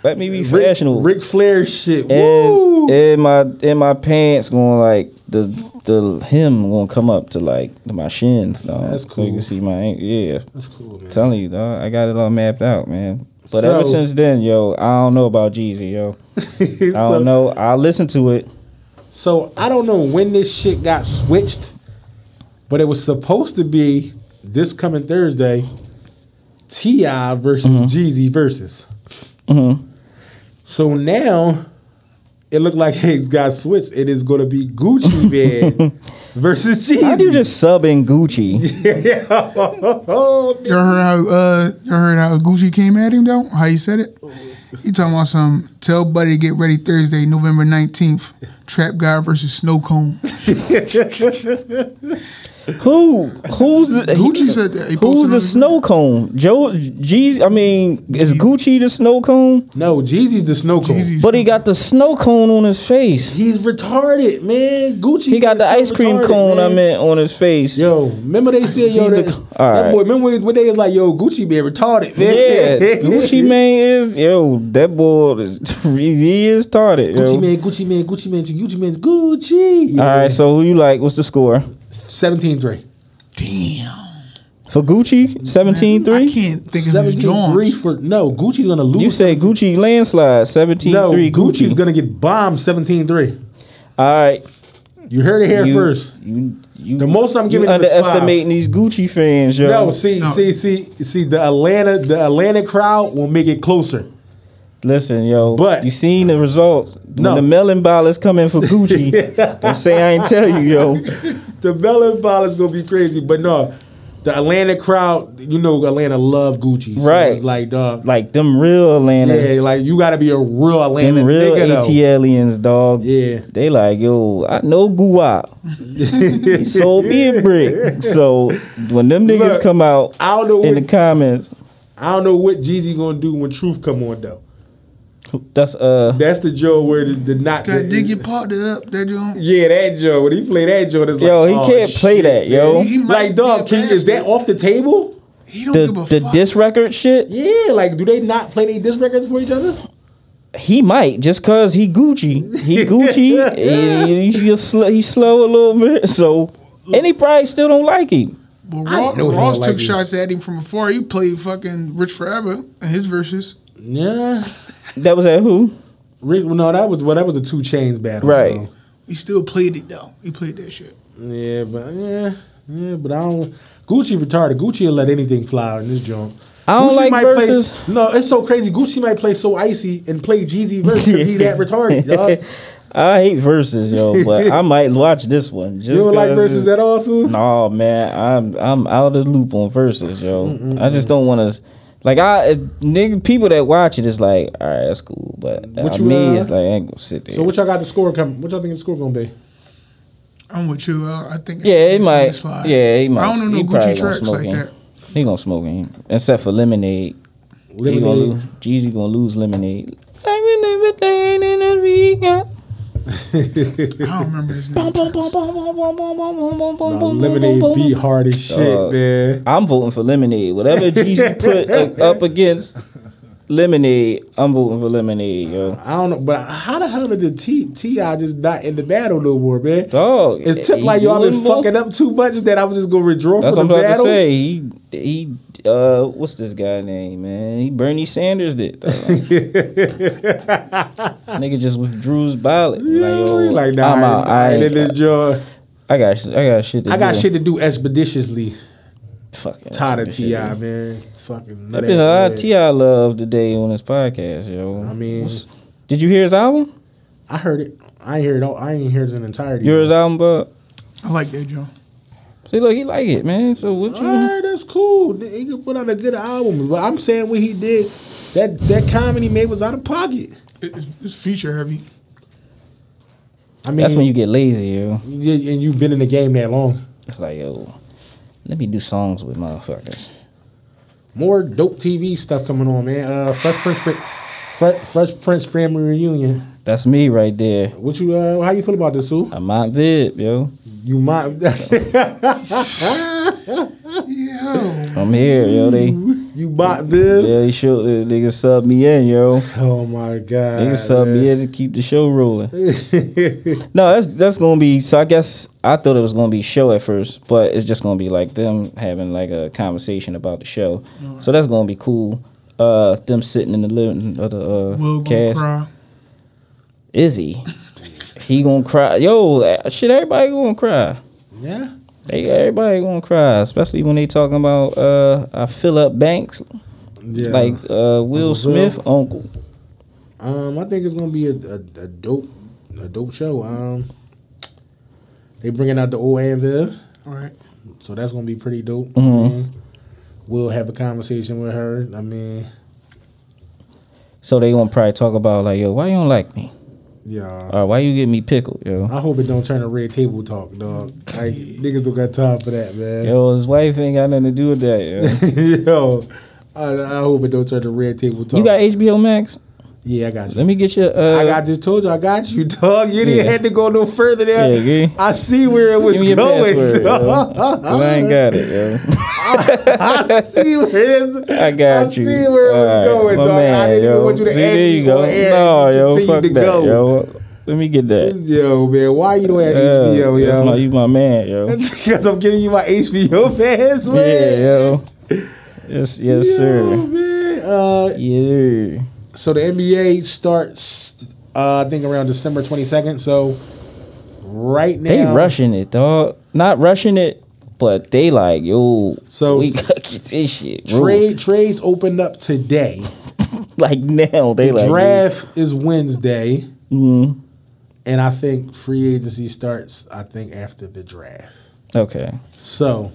S4: Let me be
S3: Rick-
S4: fashionable.
S3: Rick Flair shit. Woo!
S4: and, and my and my pants going like the the hem gonna come up to like to my shins, dog.
S3: That's
S4: So you
S3: cool.
S4: can see my ankle. Yeah,
S3: That's cool, man.
S4: telling you, dog. I got it all mapped out, man. But ever
S3: So-
S4: since then, yo, I don't know about Jeezy, yo. I
S3: [laughs] so,
S4: don't know. I listen to it.
S3: So I don't know when this shit got switched, but it was supposed to be this coming Thursday, Ti versus
S4: Mm-hmm.
S3: Jeezy versus. So now it looked like [laughs] it got switched. It is going to
S4: [laughs]
S3: be Gucci Man versus Jeezy.
S4: How do you just sub in
S3: [laughs]
S4: Gucci?
S5: You heard how uh, you heard how Gucci came at him though? How he said it? He talking about some tell buddy to get ready
S4: [laughs]
S5: Thursday, November nineteenth, Trap Guy versus Snow Cone.
S4: Who? Who's the?
S5: Gucci said that. He posted
S4: Who's
S5: on
S4: the
S5: his-
S4: snow cone? Joe G. I mean, is Gucci the snow cone?
S3: [laughs] No, Jeezy's the snow cone.
S5: Jeezy's-
S4: But he got the snow cone on his face.
S3: He's retarded, man. Gucci.
S4: He got
S3: is
S4: the
S3: so
S4: ice cream
S3: retarded,
S4: cone. I
S3: man.
S4: meant on his face.
S3: Yo, remember they said yo
S4: He's a-
S3: that,
S4: all
S3: that
S4: right.
S3: boy. Remember when- when they was like yo Gucci man retarded man. [laughs]
S4: Yeah, Gucci Mane is yo. That boy, is- [laughs] he is started. Yo.
S3: Gucci man, Gucci man, Gucci man, Gucci man, Gucci. Yeah.
S4: All right, so who you like? What's the score
S3: 17 3.
S5: Damn.
S4: for Gucci? 17-3?
S5: I can't think of his
S3: 17 3
S5: drawings.
S3: for. No, Gucci's going to lose.
S4: You said Gucci landslide 17-3
S3: no,
S4: Gucci.
S3: Gucci's going to get bombed 17 3.
S4: All right,
S3: You heard it here
S4: you,
S3: first.
S4: You, you,
S3: The most I'm
S4: you
S3: giving him is
S4: underestimating these Gucci fans, yo.
S3: No, see,
S5: No.
S3: see, see, see, the Atlanta, the Atlanta crowd will make it
S5: [laughs]
S3: closer.
S4: Listen, yo,
S3: But-
S4: you seen the results.
S3: No.
S4: When the melon ball is coming for
S3: [laughs]
S4: Gucci, I'm saying I ain't tell you, yo.
S3: The melon ball is gonna be crazy, but no, the Atlanta crowd, you know, Atlanta love Gucci, so
S4: Right.
S3: It's like, dog,
S4: Like them real Atlanta,
S3: yeah, like you got to be a real
S4: them
S3: Atlanta
S4: real
S3: nigga, though.
S4: ATLians, dog.
S3: Yeah,
S4: They like, yo, I know [laughs]
S3: [laughs]
S4: Guwap. he sold me a brick. So when them niggas
S3: Look,
S4: come out
S3: I don't know
S4: in
S3: what
S4: the comments,
S3: I don't know what Jeezy gonna do when Truth come on though.
S4: that's uh
S3: That's the Joe where the, the not.
S5: Gotta
S3: the-
S5: dig your partner up, that joint.
S3: yeah, that Joe. When he play that Joe, it's like,
S4: yo, he
S3: oh,
S4: can't play
S3: shit,
S4: that,
S3: man.
S4: yo.
S5: He might
S3: Like, dog,
S5: be a
S3: can, is that
S5: bastard.
S3: off the table?
S5: He don't
S4: The
S5: give a
S4: the
S5: fuck.
S4: diss record shit,
S3: Yeah, like, do they not play their disc records for each other?
S4: he might just cause he Gucci,
S3: [laughs]
S4: he Gucci, he, he, he's slow, he's slow a little bit. So and he probably still don't like him.
S5: Well,
S3: I
S5: Ross,
S3: know he
S5: Ross
S3: don't
S5: took
S3: like you.
S5: shots at him from afar. He played fucking Rich Forever in his verses.
S3: Yeah.
S4: That was at who?
S3: Rick, no, that was well, that was a two chains battle.
S4: Right.
S3: so.
S5: He still played it though. He played that shit.
S3: Yeah, but yeah, yeah, but I don't. Gucci retarded. Gucci will let anything fly in this joint.
S4: I don't
S3: Gucci
S4: like
S3: might
S4: verses.
S3: Play, no, it's so crazy. Gucci might play so icy and play Jeezy verse because
S4: [laughs]
S3: he that retarded. Dog.
S4: I hate verses, yo, but
S3: [laughs]
S4: I might watch this one. Just
S3: You don't like
S4: 'cause
S3: verses
S4: it's-
S3: at all, Sue?
S4: No man, I'm I'm out of the loop on verses, yo. I just don't want to. Like I if nigga, people that watch it is like, all right, that's cool, but
S3: What
S4: uh,
S3: you,
S4: me
S3: uh,
S4: it's like I ain't gonna sit there.
S3: So what y'all got the score coming? What y'all think the score gonna be?
S5: I'm with you. Uh, I think.
S4: yeah, he
S5: it's
S4: might.
S5: landslide.
S4: Yeah, he might.
S5: I don't know
S4: he
S5: no
S4: probably
S5: Gucci
S4: gonna
S5: tracks
S4: smoke
S5: like
S4: him.
S5: that.
S4: He gonna smoke him, except for lemonade. Lemonade. He gonna
S3: Lemonade.
S4: lose, Jeezy gonna lose lemonade. Lemonade, lemonade, and Riga.
S5: I don't
S4: [laughs]
S5: remember his name.
S3: Nah, Lemonade beat hard as shit,
S4: Dog.
S3: man.
S4: I'm voting for lemonade. Whatever Jeezy
S3: [laughs]
S4: put up- up against lemonade, I'm voting for lemonade, yo.
S3: I don't know, but how the hell did the T Ti just not in the battle no more, man?
S4: Dog, eh,
S3: It's tip like y'all been fucking up too much that I was just gonna withdraw
S4: That's
S3: from
S4: what I'm
S3: the
S4: about
S3: battle.
S4: to say. He he. Uh, what's this guy name, man? He Bernie Sanders did.
S3: [laughs]
S4: dog. Nigga just withdrew his ballot.
S3: Yeah,
S4: like, yo,
S3: like nah,
S4: I'm
S3: I
S4: out.
S3: ain't- I
S4: I,
S3: ain't in this
S4: ain't-
S3: joint.
S4: I got sh- I got shit to
S3: I
S4: do.
S3: got shit to do expeditiously.
S4: Fucking
S3: Tired of
S4: shit to
S3: Ti,
S4: do.
S3: man. It's Fucking.
S4: There's been a lot of Ti love today on this podcast, yo.
S3: I mean,
S4: did you hear his album?
S3: I heard it. I ain't heard it. All, I ain't heard it in entirety.
S4: You heard his album, but
S5: I like that joint.
S4: see, look, he like it, man. So what
S3: All
S4: you?
S3: right, that's cool. He could put out a good album, but I'm saying what he did, that that comedy made was out of pocket.
S5: It- It's, it's feature heavy.
S3: I mean,
S4: That's when you get lazy, yo.
S3: you- and you've been in the game that long.
S4: It's like, yo, let me do songs with motherfuckers.
S3: More dope TV stuff coming on, man. Uh, Fresh Prince, Fre- Fre- Fresh Prince family reunion.
S4: That's me right there.
S3: What you? Uh, how you feel about this, Sue?
S4: I'm out vib, yo.
S3: You might. [laughs]
S5: Yeah.
S4: I'm here, yo. They
S3: you bought this.
S4: yeah, they show the niggas sub me in, yo.
S3: Oh my god.
S4: Niggas sub me in to keep the show rolling. [laughs]
S3: man.
S4: No, that's that's gonna be so I guess I thought it was gonna be show at first, but it's just gonna be like them having like a conversation about the show. So that's gonna be cool. Uh them sitting in the living of the
S5: Will
S4: uh
S5: gonna
S4: cast.
S5: cry.
S4: Izzy. He gonna cry. Yo, uh, shit, everybody gonna cry.
S3: yeah.
S4: They, everybody gonna cry, especially when they talking about uh I fill up Banks
S3: Yeah.
S4: like uh Will Smith uncle.
S3: um, I think it's gonna be a, a, a dope, a dope show. Um, they bringing out the old Anvil,
S5: All right.
S3: so that's gonna be pretty dope.
S4: Mhm.
S3: I mean, we'll have a conversation with her. I mean,
S4: So they gonna probably talk about like, yo, why you don't like me?
S3: Yeah.
S4: All right, why you getting me pickled, yo?
S3: I hope it don't turn to red table talk, dog. Like niggas don't got time for that, man. Yo,
S4: Yo, his wife ain't got nothing to do with that,
S3: [laughs]
S4: yo.
S3: I, I hope it don't turn to red table talk.
S4: You got HBO Max?
S3: yeah, I got you.
S4: Let me get your. Uh,
S3: I got just told you, I got you, dog. You
S4: Yeah.
S3: didn't have to go no further there.
S4: Yeah, agree.
S3: I see where it was
S4: Give me your
S3: going.
S4: password,
S3: dog.
S4: yo. 'Cause I ain't got it, yo.
S3: [laughs] I see where it is.
S4: I got
S3: I
S4: you.
S3: see where it was
S4: All right,
S3: going,
S4: my
S3: dog. I
S4: man,
S3: didn't
S4: yo.
S3: even want you to
S4: See,
S3: add
S4: there
S3: me
S4: you go.
S3: on air
S4: No,
S3: and
S4: yo,
S3: continue
S4: fuck
S3: to
S4: that,
S3: go.
S4: yo. Let me get that.
S3: Yo, man, why you don't have HBO,
S4: Yeah,
S3: [laughs]
S4: that's my-
S3: yo?
S4: you my man, yo.
S3: Because I'm giving you my HBO
S4: [laughs]
S3: password.
S4: yeah, yo. Yes, yes,
S3: Yo,
S4: sir.
S3: man. Uh,
S4: Yeah.
S3: so the NBA starts, uh, I think, around December 22nd. So right now,
S4: They rushing it, dog. Not rushing it, but they like, yo,
S3: So-
S4: we [laughs] gotta get this shit. Trade.
S3: trade trades opened up today.
S4: Like now, they like
S3: Draft is Wednesday,
S4: Mm,
S3: and I think free agency starts. I think after the draft.
S4: okay.
S3: So,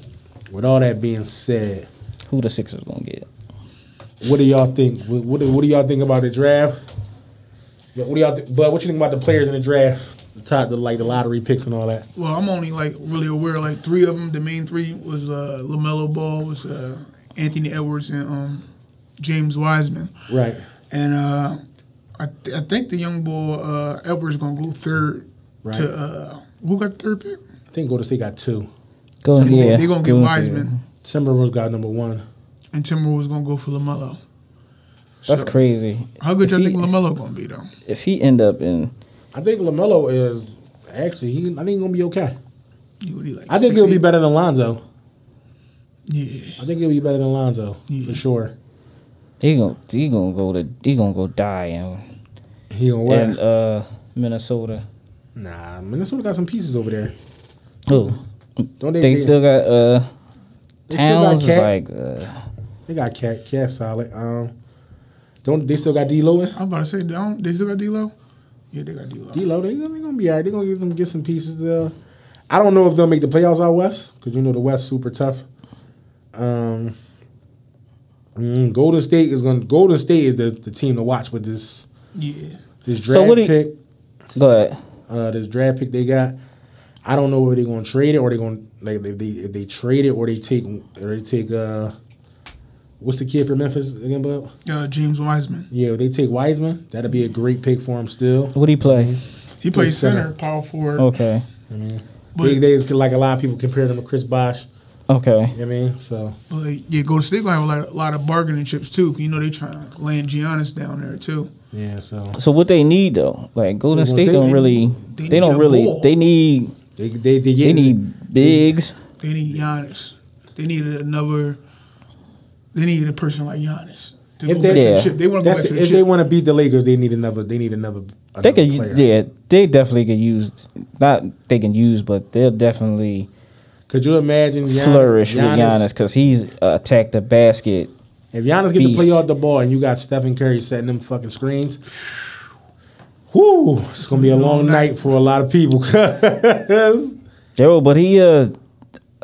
S3: with all that being said,
S4: Who the Sixers gonna get?
S3: what do y'all think? What, what, do- what do y'all think about the draft? Yeah, What do y'all? Th- but what you think about the players in the draft? The top, the like the lottery picks and all that.
S5: Well, I'm only like really aware of, like three of them. The main three was uh, Lamelo Ball, was uh, Anthony Edwards, and um, James Wiseman.
S3: Right.
S5: And uh, I, th- I think the young boy uh, Edwards gonna go third
S3: Right.
S5: to uh, who got the third pick?
S3: I think Golden State got two.
S4: Go
S5: So
S4: ahead. yeah,
S5: they, they gonna get
S4: go ahead.
S5: Wiseman,
S3: Timberwolves got number one.
S5: and Timberwolves gonna go for Lamelo.
S4: That's
S5: So,
S4: crazy.
S5: How good
S4: If
S5: y'all
S4: he-
S5: think Lamelo gonna be though?
S4: If he end up in,
S3: I think Lamelo is actually. He, I think he's gonna be okay.
S5: You would be like
S3: I think
S5: 6'8"?
S3: he'll be better than Lonzo.
S5: Yeah,
S3: I think he'll be better than Lonzo
S5: Yeah.
S3: for sure.
S4: he gonna he gonna go to he gonna go die in,
S3: He gonna work.
S4: in uh Minnesota.
S3: nah, Minnesota got some pieces over there.
S4: Who?
S3: Don't they?
S4: They still got uh
S3: they still got
S4: Towns is
S3: Cat.
S4: like uh,
S3: They got Cat. Cat solid. Um, don't they still got D'Lo in?
S5: I'm about to say don't they still got D'Lo? Yeah, they got D'Lo.
S3: D'Lo, they, they gonna be alright. They gonna get some get some pieces there. I don't know if they'll make the playoffs out west because you know the West super tough. Um, mm, Golden State is gonna. Golden State is the, the team to watch with this
S5: Yeah,
S3: this draft
S4: So what do you-
S3: pick.
S4: go ahead.
S3: Uh, this draft pick they got. I don't know if they're gonna trade it or they're gonna like if they if they trade it or they take or they take uh, what's the kid from Memphis again, Bob?
S5: uh, James Wiseman.
S3: Yeah, if they take Wiseman, that'd be a great pick for him still.
S4: What do he play?
S3: Mm-hmm.
S5: He plays
S3: center. Oh,
S5: center, power forward.
S4: Okay,
S5: But,
S3: Big days like a lot of people compared him to Chris Bosh.
S4: okay.
S3: You know what I mean? So
S5: but yeah, Golden State gonna have a lot, a lot of bargaining chips too. You know they trying to land Giannis down there too.
S3: yeah, so
S4: So what they need though, like Golden
S3: Well,
S4: State
S3: they-
S4: don't
S3: they
S4: really,
S5: need-
S4: they,
S5: they need
S4: don't
S5: a
S4: really,
S5: ball.
S4: they need,
S3: they they they,
S4: they
S3: getting,
S4: need bigs.
S5: They need Giannis. They needed another. They needed a person like Giannis to
S3: If
S5: go
S3: they-
S5: back to
S4: Yeah.
S5: the chip. They want to go
S3: That's,
S5: back to
S3: if
S5: the
S3: they
S5: chip.
S3: want to beat the Lakers, they need another. They need another. another
S4: They could,
S3: player.
S4: yeah, they definitely could use. Not they can use, but they'll definitely
S3: Could you imagine Giannis,
S4: flourish
S3: Giannis-
S4: with Giannis because he's uh, attacked the basket.
S3: If Giannis get to play
S4: Beast.
S3: off the ball and you got Stephen Curry setting them fucking screens, whoo, it's gonna be a long night for a lot of people. [laughs] 'cause-
S4: Yo, but he uh,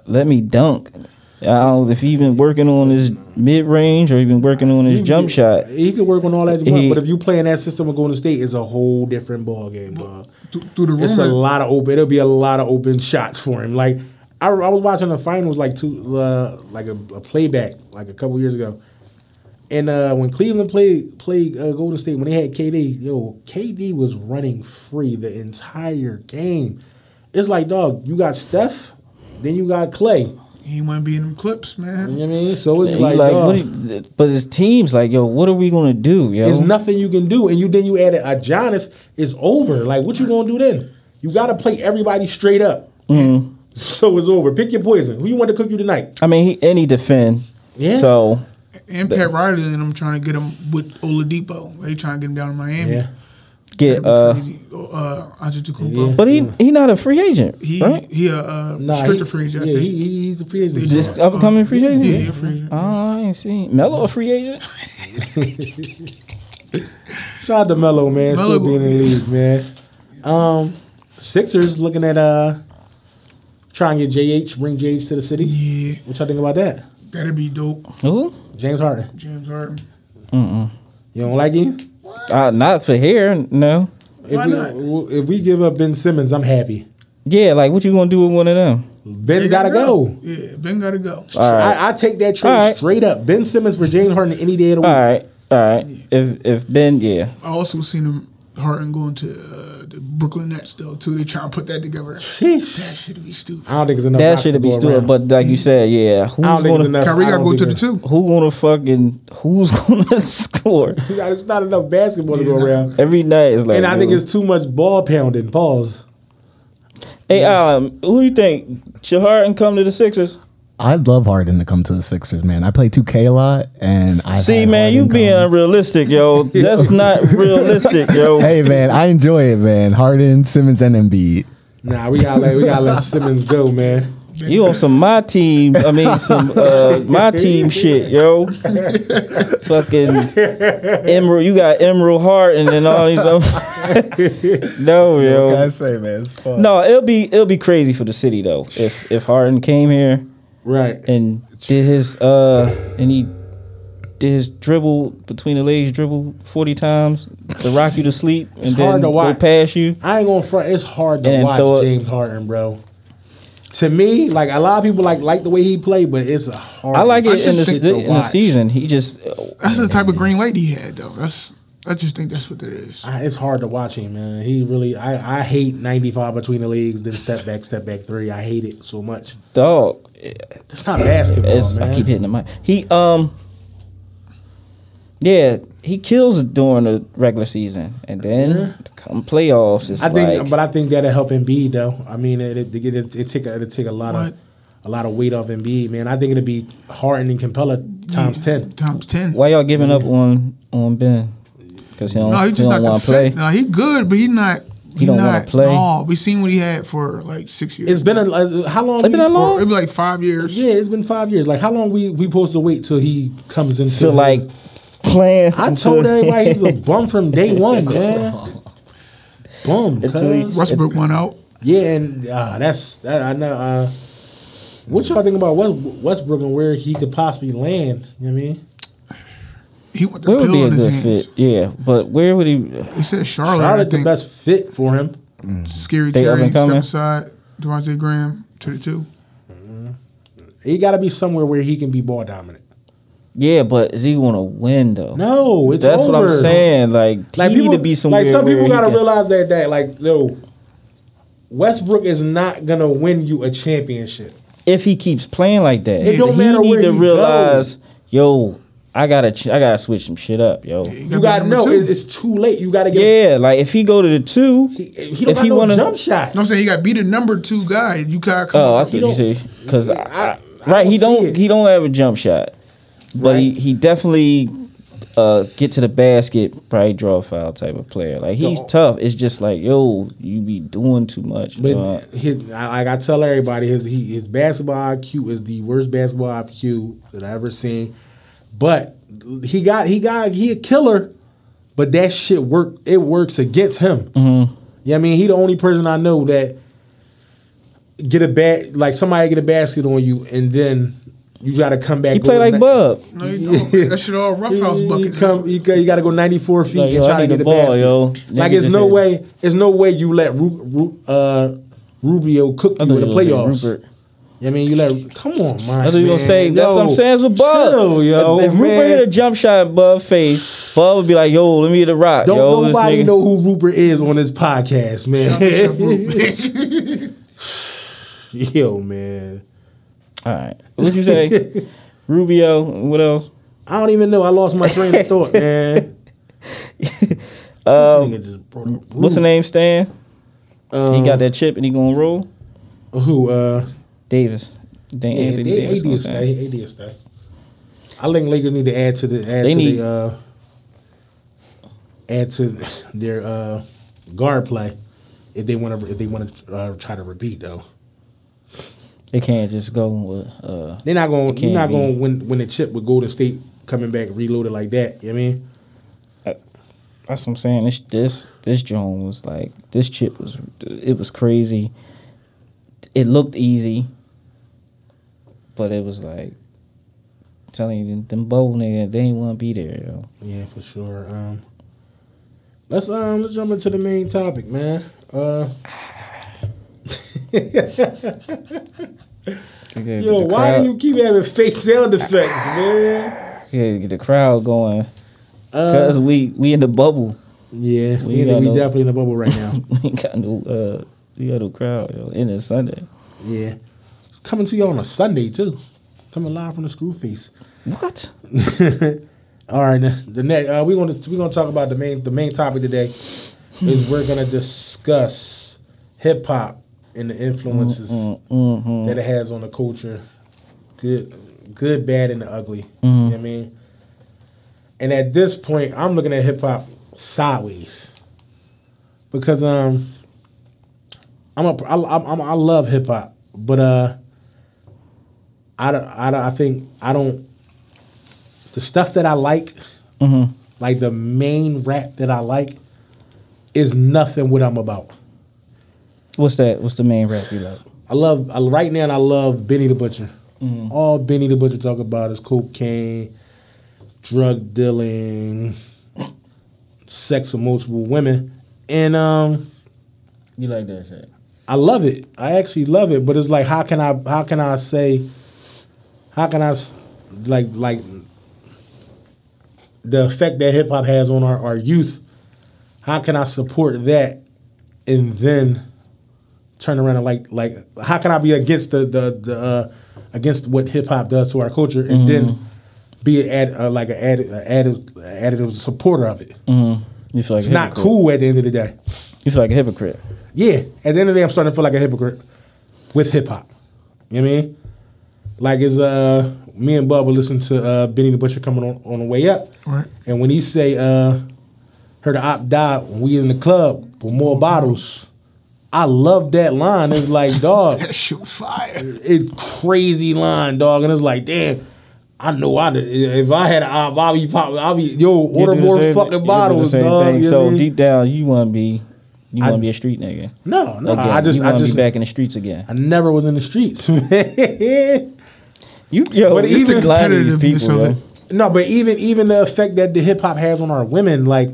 S4: let me dunk. I don't know if he been working on his mid range or he been working on his
S3: he-
S4: jump shot.
S3: he can work on all that. you
S4: He-
S3: want, but if you play in that system with Golden State, it's a whole different ball game, dog.
S5: Th- through the
S3: It's a
S5: rumor,
S3: lot of open. It'll be a lot of open shots for him. Like I, I was watching the finals like two, uh, like a, a playback like a couple years ago, and uh, when Cleveland played played uh, Golden State when they had KD, yo, KD was running free the entire game. It's like dog, you got Steph, then you got Clay. You know
S5: he wouldn't be in them clips, man.
S3: what I mean? So it's
S4: He
S3: like,
S4: like,
S3: dog,
S4: what he- but his team's like, yo, what are we gonna do, yo?
S3: there's nothing you can do, and you then you add a Giannis is over. Like what you gonna do then? You got to play everybody straight up. [laughs] So it's over. Pick your poison. Who you want to cook you tonight?
S4: Mm-hmm. I mean, he and he defend.
S3: Yeah.
S4: So
S5: And Pat Riley and them trying to get him with Oladipo. They trying to get him down to Miami.
S3: Yeah.
S5: That'd
S4: get
S5: be
S4: uh,
S5: crazy. Oh, Uh, Antetokounmpo.
S4: but he he not a free agent,
S5: He
S4: right?
S5: he a uh,
S3: Nah,
S5: restricted
S3: he-
S5: free agent. I
S3: Yeah,
S5: think.
S3: he, he- he's a free agent.
S5: They
S4: This
S5: just-
S4: upcoming free
S5: Yeah,
S4: agent.
S5: he a free agent.
S4: Oh, I ain't seen Melo a free agent.
S3: Shout out to Melo, man.
S5: Melo
S3: Still being in the league, man. Um, Sixers looking at uh, trying to get JH, bring JH to the city.
S5: Yeah,
S3: What y'all think about that?
S5: that'd be dope.
S4: Who?
S3: James Harden.
S5: James Harden.
S3: You don't like him?
S4: Uh, not for here, no.
S3: If
S5: Why
S3: we,
S5: not?
S3: w- If we give up Ben Simmons, I'm happy.
S4: Yeah, like what you gonna do with one of them?
S3: Ben gotta go. Uh,
S5: Yeah, Ben gotta go.
S4: All right,
S3: I, I take that trade
S4: All right.
S3: straight up. Ben Simmons for James Harden any day of the week.
S4: all right, all right. If if Ben, yeah,
S5: I also seen him Harden going to uh, the Brooklyn Nets though too. They trying to put that together.
S3: Sheesh.
S5: That should be stupid.
S3: I don't think it's enough.
S4: that
S3: rocks to
S4: should be
S3: go
S4: stupid.
S3: around.
S4: But like you said, yeah, who's
S3: I don't think it's
S4: gonna
S3: enough.
S5: Kyrie
S3: I don't
S5: gotta go
S3: think
S5: to the
S3: it's-
S4: [laughs]
S5: two.
S4: who gonna fucking who's [laughs] gonna score
S3: [laughs] It's not enough basketball to
S5: Yeah,
S3: go
S5: it's not-
S3: around.
S4: every night? Is like,
S3: And I think
S4: dude.
S3: it's too much ball pounding. Pause.
S4: hey, um, who you think should Harden come to the Sixers?
S6: I'd love Harden to come to the Sixers, man. I play 2K a lot, and I
S4: See, man, you being unrealistic,
S3: [laughs]
S4: yo. That's not realistic, yo.
S6: Hey, man, I enjoy it, man. Harden, Simmons, and Embiid.
S3: Nah, we gotta let we
S4: [laughs]
S3: gotta let Simmons go, man.
S4: You on some my team? I mean, some uh,
S3: [laughs]
S4: my team shit, yo. Fucking Emerald, you got Emerald Heart and then all these.
S3: [laughs]
S4: other- [laughs] no, yo.
S6: Gotta say, man, it's fun.
S4: No, it'll be it'll be crazy for the city though. If if Harden came here
S3: Right.
S4: and did his uh and he did his dribble between the legs dribble forty times to rock you to sleep and
S3: hard
S4: then
S3: to
S4: go
S3: watch.
S4: past you.
S3: I ain't gonna front. It's hard to
S4: And throw
S3: watch
S4: it-
S3: James Harden, bro. To me, like a lot of people like like the way he played, but it's a hard.
S4: I like it in
S5: just
S4: the
S5: think
S4: se-
S3: to
S4: in the
S3: watch.
S4: season. He just
S5: That's the type of green light he had though. That's I just think that's what that is.
S3: I- it's hard to watch him, man. He really. I I hate ninety five between the leagues, then step back, step back three. I hate it so much.
S4: dog.
S3: That's not basketball,
S4: It's,
S3: man.
S4: I keep hitting the mic. He um yeah he kills during the regular season and then come playoffs. It's
S3: I think,
S4: like,
S3: but I think that'll help Embiid though. I mean, it it, it, it, it take a, it'll take a lot
S5: What?
S3: of a lot of weight off Embiid, man. I think it'll be Harden and Capella times
S5: Yeah,
S3: ten.
S5: Times ten.
S4: Why y'all giving up on on Ben? Because he don't,
S5: No, he just not
S4: want to
S5: the
S4: play.
S5: No, he good, but he not. He,
S4: don't wanna
S5: not,
S4: play.
S5: No, we seen what he had for like six years.
S3: It's been a uh, how long?
S4: It's been
S3: we-
S4: a long-
S5: Or it'd be like five years.
S3: Yeah, it's been five years. Like how long we we supposed to wait till he comes into?
S4: Feel like playing.
S3: I
S4: until- [laughs]
S3: told everybody he's a bum from day one, man. Bum,
S4: Until he-
S3: cuz.
S5: Westbrook went out.
S3: yeah, and uh, that's that, I know. Uh, what y'all think about West, Westbrook and where he could possibly land? You know what I mean,
S5: He went the
S4: Where would be
S5: pill
S4: a
S5: in his
S4: good
S5: hands.
S4: fit? Yeah, but where would he?
S5: He said Charlotte.
S3: Charlotte
S5: I
S3: the
S5: think.
S3: best fit for him.
S5: Scary
S4: They up
S5: Terry
S4: and
S5: step
S4: coming.
S5: aside. Devontae Graham to the two.
S3: He got to be somewhere where he can be ball dominant.
S4: Yeah, but is he going to win though?
S3: No, it's
S4: that's
S3: over.
S4: what I'm saying. Like,
S3: Like
S4: he
S3: people,
S4: need to be somewhere.
S3: like some
S4: where
S3: people
S4: he
S3: got to
S4: can-
S3: realize that that like yo, Westbrook is not gonna win you a championship.
S4: if he keeps playing like that,
S3: It don't
S4: he
S3: matter
S4: need
S3: where
S4: to
S3: he
S4: realize, yo, I gotta, ch- I gotta switch some shit up, yo.
S3: You got to
S5: number
S3: know
S5: two.
S3: it- it's too late. You got to get.
S4: Yeah, like if he go to the two,
S3: He, he don't
S4: if
S3: got
S4: he
S3: no
S4: wanna-
S3: jump shot.
S5: No, I'm saying he got beat a number two guy. You got come
S4: Oh, I
S5: on.
S4: thought
S3: He
S4: you
S3: don't-
S4: said because
S3: I- I
S4: right, he
S3: don't see
S4: don't
S3: it.
S4: he don't have a jump shot, but he,
S3: Right.
S4: he definitely uh, get to the basket, probably draw a foul type of player. Like he's
S3: No.
S4: tough. It's just like yo, you be doing too much.
S3: But
S4: uh,
S3: his, I- like I tell everybody, his he, his basketball IQ is the worst basketball IQ that I ever seen. But he got he got he a killer, but that shit work it works against him.
S4: Mm-hmm.
S3: Yeah, I mean he the only person I know that get a bad like somebody get a basket on you and then you got to come back.
S4: he
S3: go
S4: play
S3: to
S4: like
S3: ni-
S4: Bub.
S5: No, you
S4: [laughs]
S5: don't. That shit all roughhouse
S3: You-
S5: buckets.
S3: You, come, you, got- you got to go 94 feet
S4: Like, yo,
S3: and
S4: I
S3: try to
S4: need
S3: get
S4: the
S3: the
S4: ball,
S3: basket.
S4: yo.
S3: Like
S4: Nigga
S3: it's
S4: just
S3: no
S4: hit-
S3: way, it's no way you let Ru, Ru, uh, Rubio cook you in the playoffs.
S4: Rupert.
S3: I mean, you let come on, man.
S4: That's what you gonna say. That's what I'm saying. It's with Bub.
S3: Chill, yo,
S4: if if Rupert
S3: man.
S4: hit a jump shot in Bub's face, Bub would be like, "Yo, let me hit a rock."
S3: Don't
S4: yo, this
S3: nobody
S4: nigga-
S3: know who Rupert is on this podcast, man. [laughs] yo, man.
S4: All right, what you
S3: [laughs]
S4: say, Rubio? What else?
S3: I don't even know. I lost my train
S4: [laughs]
S3: of thought, man. this nigga just brought up
S4: Um, What's the name? Stan.
S3: Um,
S4: he got that chip and he gonna roll.
S3: Who? Uh,
S4: Davis. Dan
S3: Yeah,
S4: Anthony
S3: they,
S4: Davis.
S3: AD
S4: I'm
S3: will
S4: saying.
S3: stay. AD will stay. I think Lakers need to add to the add
S4: They
S3: to
S4: need-
S3: the uh, add to their uh, guard play if they want to if they want to uh, try to repeat though.
S4: They can't just go with uh
S3: They're not going. You're
S4: can't
S3: not
S4: be.
S3: going to win win the chip with Golden State coming back reloaded like that. You know what I mean?
S4: that's what I'm saying. This this this drone was like this chip was it was crazy. It looked easy. But it was like telling you them bold nigga they ain't wanna be there, yo.
S3: Yeah, for sure. Um, Let's um let's jump into the main topic, man. Uh, [laughs]
S4: You gotta
S3: yo,
S4: get the
S3: why
S4: crowd-
S3: do you keep having fake sound effects, man?
S4: you gotta get the crowd going?
S3: Uh,
S4: Cause we we in the bubble. [laughs]
S3: yeah,
S4: we
S3: we, in-
S4: got
S3: we
S4: no-
S3: definitely in the bubble right [laughs] now.
S4: we ain't got no uh we got no crowd, yo. And it's Sunday.
S3: yeah, it's coming to you on a Sunday too. Coming live from the Screwface.
S4: What?
S3: [laughs] All right, the, the next uh, we want to we gonna talk about the main the main topic today is we're gonna discuss hip hop and the influences
S4: Mm-hmm.
S3: that it has on the culture, good, good, bad, and the ugly. You know what I mean, and at this point, I'm looking at hip hop sideways because um, I'm a I, I'm, I'm, I love hip hop, but uh, I don't I don't I think I don't the stuff that I like, like the main rap that I like, is nothing what I'm about.
S4: What's that? What's the main rap you like?
S3: I love I, right now. and I love Benny the Butcher. All Benny the Butcher talk about is cocaine, drug dealing, sex with multiple women, and um,
S4: You like that shit?
S3: I love it. I actually love it. But it's like, how can I? How can I say? How can I? s- Like like the effect that hip hop has on our, our youth. How can I support that, and then turn around and like like how can I be against the the, the uh, against what hip hop does to our culture, and then be an ad, uh, like an added a added additive supporter of it.
S4: Mm-hmm. You feel like
S3: It's
S4: a
S3: not
S4: hypocrite.
S3: cool at the end of the day.
S4: You feel like a hypocrite.
S3: Yeah, at the end of the day, I'm starting to feel like a hypocrite with hip hop. You know what I mean? Like, is uh, me and Bubba listen to uh, Benny the Butcher coming on, on the way up,
S5: Right.
S3: and when he say, uh, "Heard the op died when we in the club with more bottles," I love that line. It's like, [laughs] dog,
S5: That shit was fire.
S3: it's crazy line, dog, and it's like, damn. I know I did. if I had an op, I'll be pop. I'll be
S4: You
S3: yo order
S4: do the
S3: more
S4: same- you do
S3: fucking
S4: the
S3: bottles,
S4: same
S3: dog.
S4: thing.
S3: you know
S4: So
S3: what I mean?
S4: deep down, you want to be, you
S3: I-
S4: want to be a street nigga.
S3: no, no,
S4: Again.
S3: I just,
S4: you
S3: I
S4: wanna
S3: just
S4: be back in the streets again.
S3: I never was in the streets, [laughs] man.
S4: You, yo,
S3: But
S4: but it's
S3: even-
S4: the gladiator
S5: competitiveness
S4: people,
S5: of
S4: yo.
S5: it.
S3: no, but even even the effect that the hip hop has on our women, like,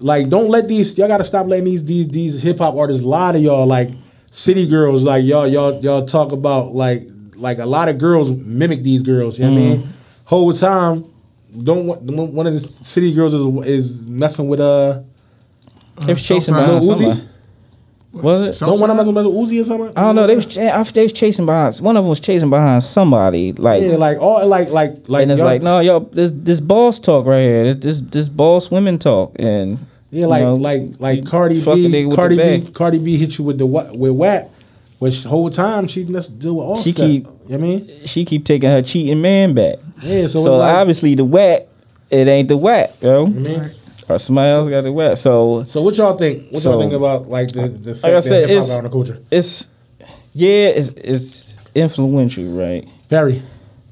S3: like don't let these y'all gotta stop letting these these these hip hop artists lie to y'all. Like city girls, like y'all y'all y'all talk about like like a lot of girls mimic these girls. You know what I
S4: Mm-hmm.
S3: mean? Whole time, don't want one of the city girls is is messing with uh.
S4: They was chasing
S5: Uh, Southside.
S4: behind
S3: Lil Uzi?
S4: somebody. Was it?
S3: Don't want to
S5: Southside?
S3: mess with Uzi or something.
S4: I don't know. They was, ch- I, they was chasing behind. One of them was chasing behind somebody. Like,
S3: Yeah, like all like like like
S4: and it's
S3: y'all-
S4: like, no, yo, this this boss talk right here. This this, this boss women talk, and
S3: Yeah, like
S4: you know,
S3: like
S4: you
S3: like Cardi
S4: fuck a nigga
S3: B.
S4: with the
S3: Cardi B.
S4: bag.
S3: Cardi B hit you with the wha- with WAP, which whole time she must deal with all
S4: She
S3: she
S4: keep-
S3: You know what I mean?
S4: she keep taking her cheating man back.
S3: Yeah,
S4: So,
S3: so, it's like, Mm-hmm.
S4: obviously the whack, it ain't the whack, yo.
S3: man.
S4: Or somebody else got the whack. So
S3: So what y'all think? What
S4: So-
S3: y'all think about like the the
S4: I
S3: fact
S4: said,
S3: that hip
S4: it's-
S3: hop on the culture?
S4: it's yeah, it's it's influential, right?
S3: Very.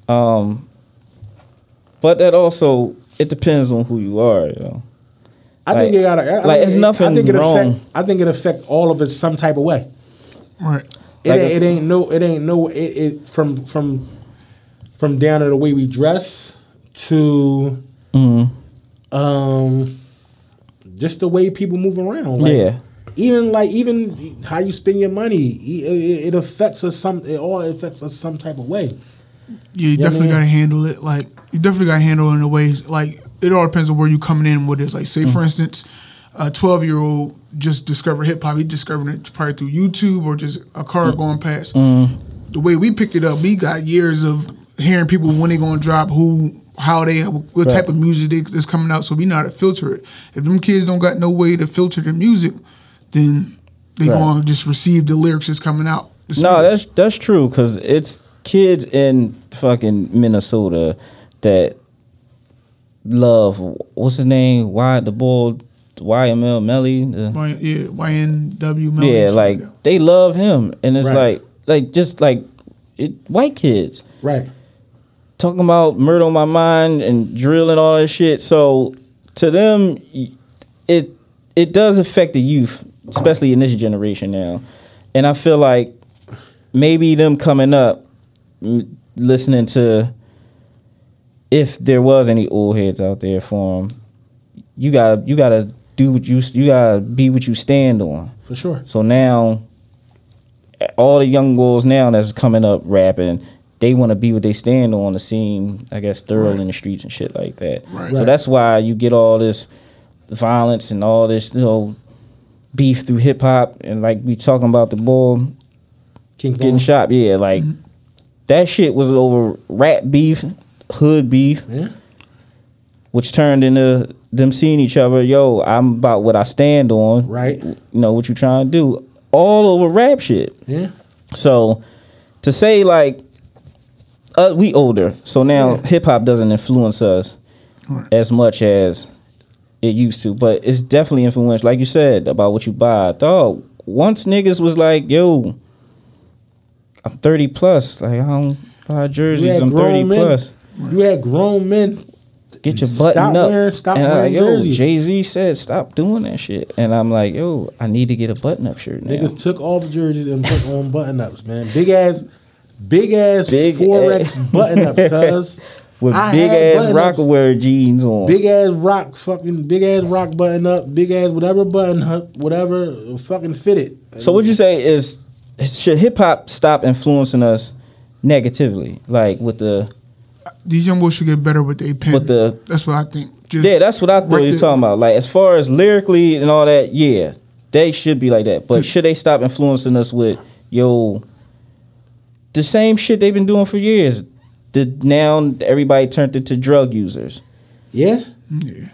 S4: Um, but that also it depends on who you are, yo.
S3: I
S4: Like-
S3: think it got. I, I
S4: like,
S3: think
S4: it's
S3: it-
S4: nothing
S3: I think it
S4: wrong.
S3: Affect, I think it affect all of it some type of way.
S5: Right.
S3: It,
S4: Like
S3: ain't,
S4: if-
S3: it ain't no. It ain't no. It, it from from from down to the way we dress to
S4: Mm,
S3: um just the way people move around. Like,
S4: yeah,
S3: even like even how you spend your money e- it, it affects us some it all affects us some type of way
S5: Yeah, you
S3: Yeah,
S5: definitely
S3: man.
S5: got to handle it. Like you definitely got to handle it in a way. Like it all depends on where you coming in. and What it is like, say
S4: Mm.
S5: for instance, a twelve year old just discovered hip hop. He discovered it probably through YouTube or just a
S4: Mm.
S5: car going past.
S4: Mm-hmm.
S5: The way we picked it up, we got years of hearing people when they gonna drop, who, how they, what type of music they, that's coming out. So we know how to filter it. If them kids don't got no way to filter the music, then they
S4: Right.
S5: gonna just receive the lyrics that's coming out. The
S4: no,
S5: speakers.
S4: that's that's true because it's kids in fucking Minnesota that love what's his name? Why the ball? YML Melly? the-
S5: Y- yeah, YNW. Melody,
S4: yeah,
S5: something
S4: like
S5: that.
S4: they love him, and it's
S3: Right.
S4: like like just like it, white kids.
S3: right
S4: talking about murder on my mind and drill and all that shit. So to them, y- it it does affect the youth, especially in this generation now. And I feel like maybe them coming up, m- listening to, if there was any old heads out there for them, you gotta you gotta do what you you gotta be what you stand on.
S3: for sure.
S4: So now, all the young girls now that's coming up rapping, they want to be what they stand on to seem, I guess, thorough in the streets and shit like that.
S5: Right.
S4: So
S3: Right.
S4: that's why you get all this violence and all this, you know, beef through hip hop and like we talking about the bull
S3: King
S4: getting
S3: Kong.
S4: shot. Yeah, like that shit was over rap beef, hood beef
S3: Yeah.
S4: which turned into them seeing each other. Yo, I'm about what I stand on.
S3: Right.
S4: You know what you trying to do. All over rap shit.
S3: Yeah.
S4: So to say like uh, we older, so now hip hop doesn't influence us as much as it used to, but it's definitely influenced, like you said, about what you buy. Dog, once niggas was like, yo, I'm 30 plus. Like I don't buy
S3: You
S4: jerseys.
S3: had
S4: I'm 30
S3: grown men.
S4: plus.
S3: You had grown men.
S4: Get your button
S3: Stop
S4: up.
S3: wearing- stop
S4: and I'm
S3: wearing
S4: like, yo,
S3: jerseys.
S4: Jay Z said stop doing that shit, and I'm like, yo, I need to get a button up shirt now.
S3: Niggas took off jerseys and put on button ups, man. Big ass, big ass
S4: Big
S3: forex button
S4: [laughs]
S3: ups, cuz.
S4: with
S3: I
S4: big
S3: had
S4: ass
S3: button-ups.
S4: Rockaware jeans on.
S3: Big ass rock, fucking big ass rock button up, big ass whatever button up, whatever fucking fit it.
S4: so what you say is should hip hop stop influencing us negatively, like with the
S5: These young boys should get better with their pen.
S4: With the-
S5: that's what I think. Just
S4: yeah, that's what I thought
S5: right
S4: you were
S5: there.
S4: talking about. Like as far as lyrically and all that, yeah, they should be like that. But should they stop influencing us with yo the same shit they've been doing for years? The now everybody turned into drug users.
S3: Yeah,
S5: Yeah.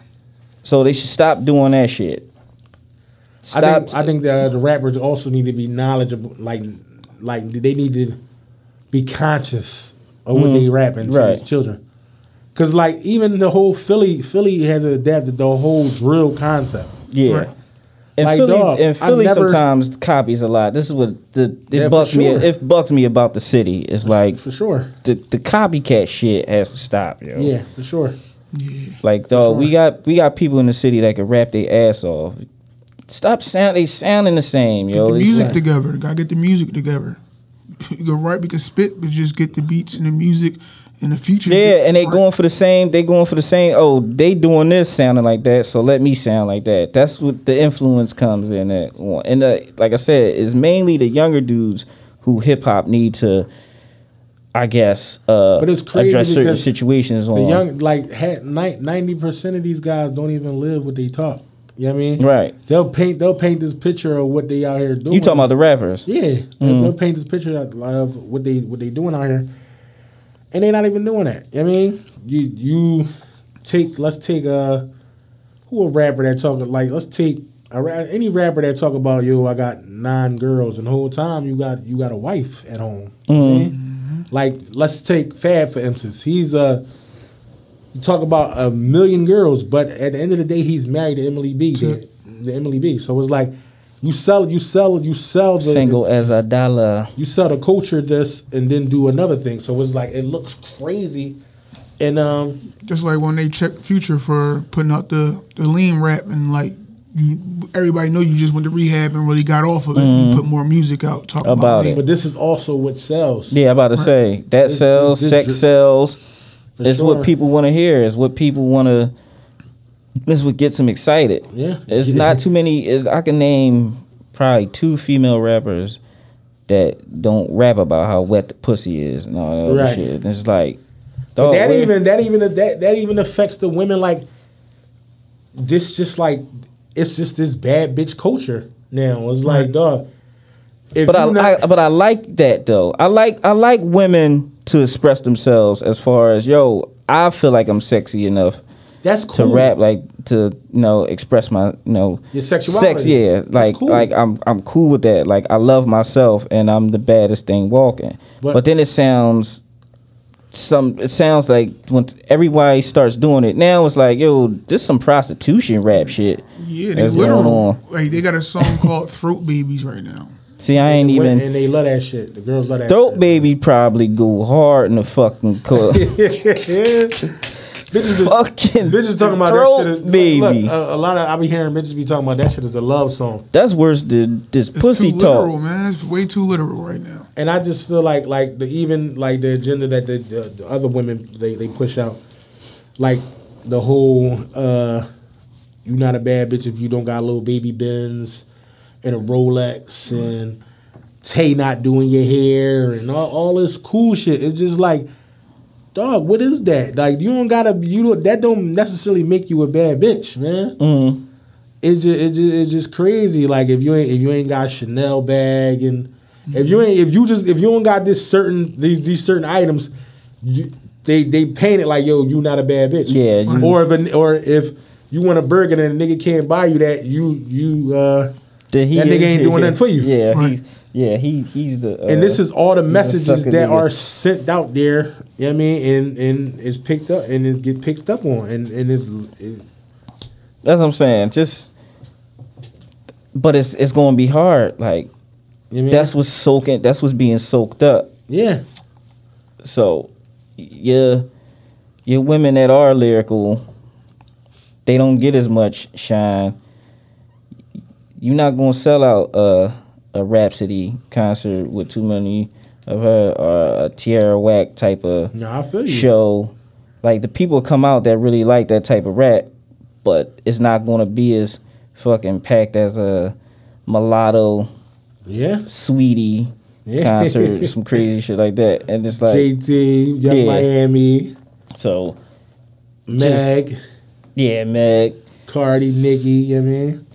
S4: So they should stop doing that shit.
S3: I
S4: Stop.
S3: think I think that the rappers also need to be knowledgeable, like like they need to be conscious of what they rapping to
S4: Mm-hmm. right.
S3: these children. Cause like even the whole Philly, Philly has adapted the whole drill concept.
S4: yeah.
S5: Right.
S4: And
S3: Like,
S4: Philly,
S3: dog,
S4: and
S3: I
S4: Philly
S3: never-
S4: sometimes copies a lot. This is what the it
S3: Yeah, for
S4: bugs
S3: sure.
S4: me. It bugs me about the city. It's like
S3: For sure.
S4: the the copycat shit has to stop. Yo.
S3: Yeah, for sure.
S5: Yeah.
S4: Like dog, we got we got people in the city that can rap their ass off. Stop sound. They sounding the same,
S5: Get
S4: yo.
S5: the
S4: It's
S5: music
S4: like-
S5: together. Gotta get the music together. [laughs] You can write, we can spit, but just get the beats and the music and the future.
S4: yeah, and they going for the same. They going for the same. Oh, they doing this sounding like that. So let me sound like that. That's what the influence comes in at. one. And uh, like I said, it's mainly the younger dudes who hip hop need to, I guess, uh,
S3: But it's crazy
S4: address certain
S3: because
S4: situations
S3: The
S4: on.
S3: young, like, had ninety percent of these guys don't even live what they talk. You know what I mean?
S4: Right.
S3: They'll paint. They'll paint this picture of what they out here doing.
S4: you talking about the rappers?
S3: Yeah, they'll, they'll paint this picture out of what they what they doing out here, and they're not even doing that. You know what I mean, you you take let's take uh who a rapper that talk like let's take a, ra- any rapper that talk about yo I got nine girls and the whole time you got you got a wife at home. You know what I mean? Like let's take Fab for instance. He's a you talk about a million girls, but at the end of the day, he's married to Emily B.
S5: To-
S3: The, Emily B. So it's like you sell, you sell, you sell the
S4: Single as a dollar.
S3: you sell the culture this and then do another thing. So it's like it looks crazy. And um
S5: Just like when they check future for putting out the, the lean rap and like you everybody know you just went to rehab and really got off of it. You put more music out talking about,
S4: Mm-hmm. About
S5: lean.
S4: it.
S3: but this is also what sells.
S4: Yeah, I'm about to say that
S3: This-
S4: sells,
S3: this-
S4: sex
S3: this-
S4: sells.
S3: for
S4: It's
S3: sure.
S4: what people want to hear. It's what people want to. This what gets them excited.
S3: Yeah.
S4: it's not too many. Is I can name probably two female rappers that don't rap about how wet the pussy is and all that other
S3: Right.
S4: shit. And it's like,
S3: But
S4: dog,
S3: that
S4: where-
S3: even that even that that even affects the women like this just like it's just this bad bitch culture now. It's like dog. If
S4: But
S3: you
S4: I,
S3: not-
S4: I but I like that though. I like I like women to express themselves as far as yo. I feel like I'm sexy enough.
S3: that's
S4: to
S3: cool.
S4: rap, like to you know express my you know
S3: Your sexuality.
S4: Sex, yeah,
S3: That's
S4: like
S3: cool.
S4: like I'm I'm cool with that. Like I love myself and I'm the baddest thing walking. But,
S3: But-
S4: then it sounds some it sounds like when everybody starts doing it now it's like yo this some prostitution rap shit
S5: Yeah, they
S4: that's going
S5: literal.
S4: on.
S5: Like they got a song [laughs] called Throat Babies right now.
S4: See, I ain't
S3: and,
S4: even
S3: and they love that shit. The girls love that
S4: throat
S3: shit.
S4: baby probably go hard in the fucking club.
S3: [laughs] bitches, is-
S4: fucking
S3: bitches talking about
S4: throat
S3: that shit. is-
S4: baby.
S3: look, a, a lot of I be hearing bitches be talking about that shit is a love song,
S4: That's worse than this
S5: It's
S4: pussy
S5: too
S4: talk.
S5: literal, man. It's way too literal right now.
S3: and I just feel like like the even like the agenda that the, the, the other women they they push out, like the whole uh you not a bad bitch if you don't got little baby bins and a Rolex and Tay not doing your hair and all, all this cool shit. It's just like, dog, what is that? Like you don't gotta you don't, that don't necessarily make you a bad bitch, man.
S4: Mm-hmm.
S3: It's just it just it's just crazy. Like if you ain't if you ain't got Chanel bag and if you ain't if you just if you don't got this certain these these certain items, you, they they paint it like yo you not a bad bitch.
S4: Yeah, you-
S3: or if a, or if you want a burger and a nigga can't buy you that, you you uh
S4: That, he
S3: That nigga ain't doing nothing for you.
S4: Yeah,
S5: Right.
S4: he, yeah, he, he's the. Uh,
S3: and this is all the messages
S4: sucker
S3: that
S4: nigga.
S3: are sent out there. You know what I mean, and and it's picked up and it's get picked up on, and and it's it,
S4: That's what I'm saying. Just, but it's it's gonna be hard. Like
S3: you know what I mean?
S4: that's what's soaking. That's what's being soaked up.
S3: yeah,
S4: So, your your women that are lyrical, they don't get as much shine. You're not gonna sell out a a Rhapsody concert with too many of her or a Tierra Whack type of
S3: no, I feel you.
S4: show. Like the people come out that really like that type of rap, but it's not gonna be as fucking packed as a mulatto
S3: Yeah,
S4: sweetie
S3: Yeah. [laughs]
S4: concert, some crazy shit like that. And it's like
S3: JT, Young
S4: Yeah.
S3: Miami,
S4: so
S3: Meg,
S4: yeah, Meg.
S3: Cardi, Nicki. You know what I mean,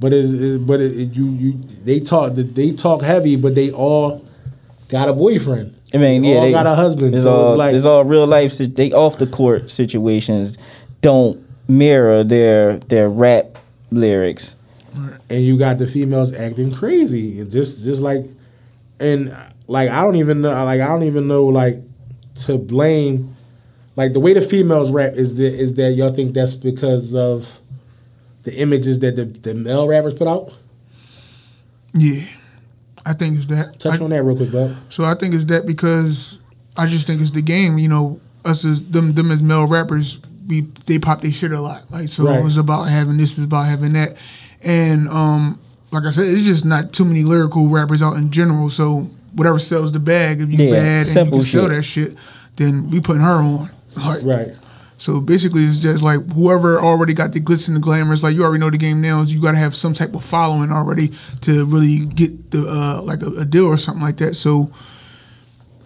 S3: but it's, it's but it, it- you you they talk they talk heavy, but they all got a boyfriend.
S4: I mean,
S3: They
S4: yeah,
S3: all
S4: they
S3: got a husband,
S4: It's
S3: so it's
S4: all
S3: like-
S4: it's all real life. sit- They off the court situations don't mirror their their rap lyrics.
S3: and you got the females acting crazy. It's Just just like and like I don't even know like I don't even know like to blame like the way the females rap is that is that y'all think that's because of the images that the, the male rappers put out?
S5: Yeah, I think it's that.
S3: Touch
S5: I-
S3: on that real quick, bud.
S5: So I think it's that because I just think it's the game. You know, us as them them as male rappers, we they pop their shit a lot. Like so,
S3: Right.
S5: it was about having this, is about having that, and um, like I said, it's just not too many lyrical rappers out in general. So whatever sells the bag, if you
S4: Yeah,
S5: bad and you
S4: simple
S5: can sell
S4: shit.
S5: that shit, then we putting her on. Like,
S3: Right.
S5: So basically, it's just like whoever already got the glitz and the glamour. It's like you already know the game now. Is you got to have some type of following already to really get the uh, like a, a deal or something like that. So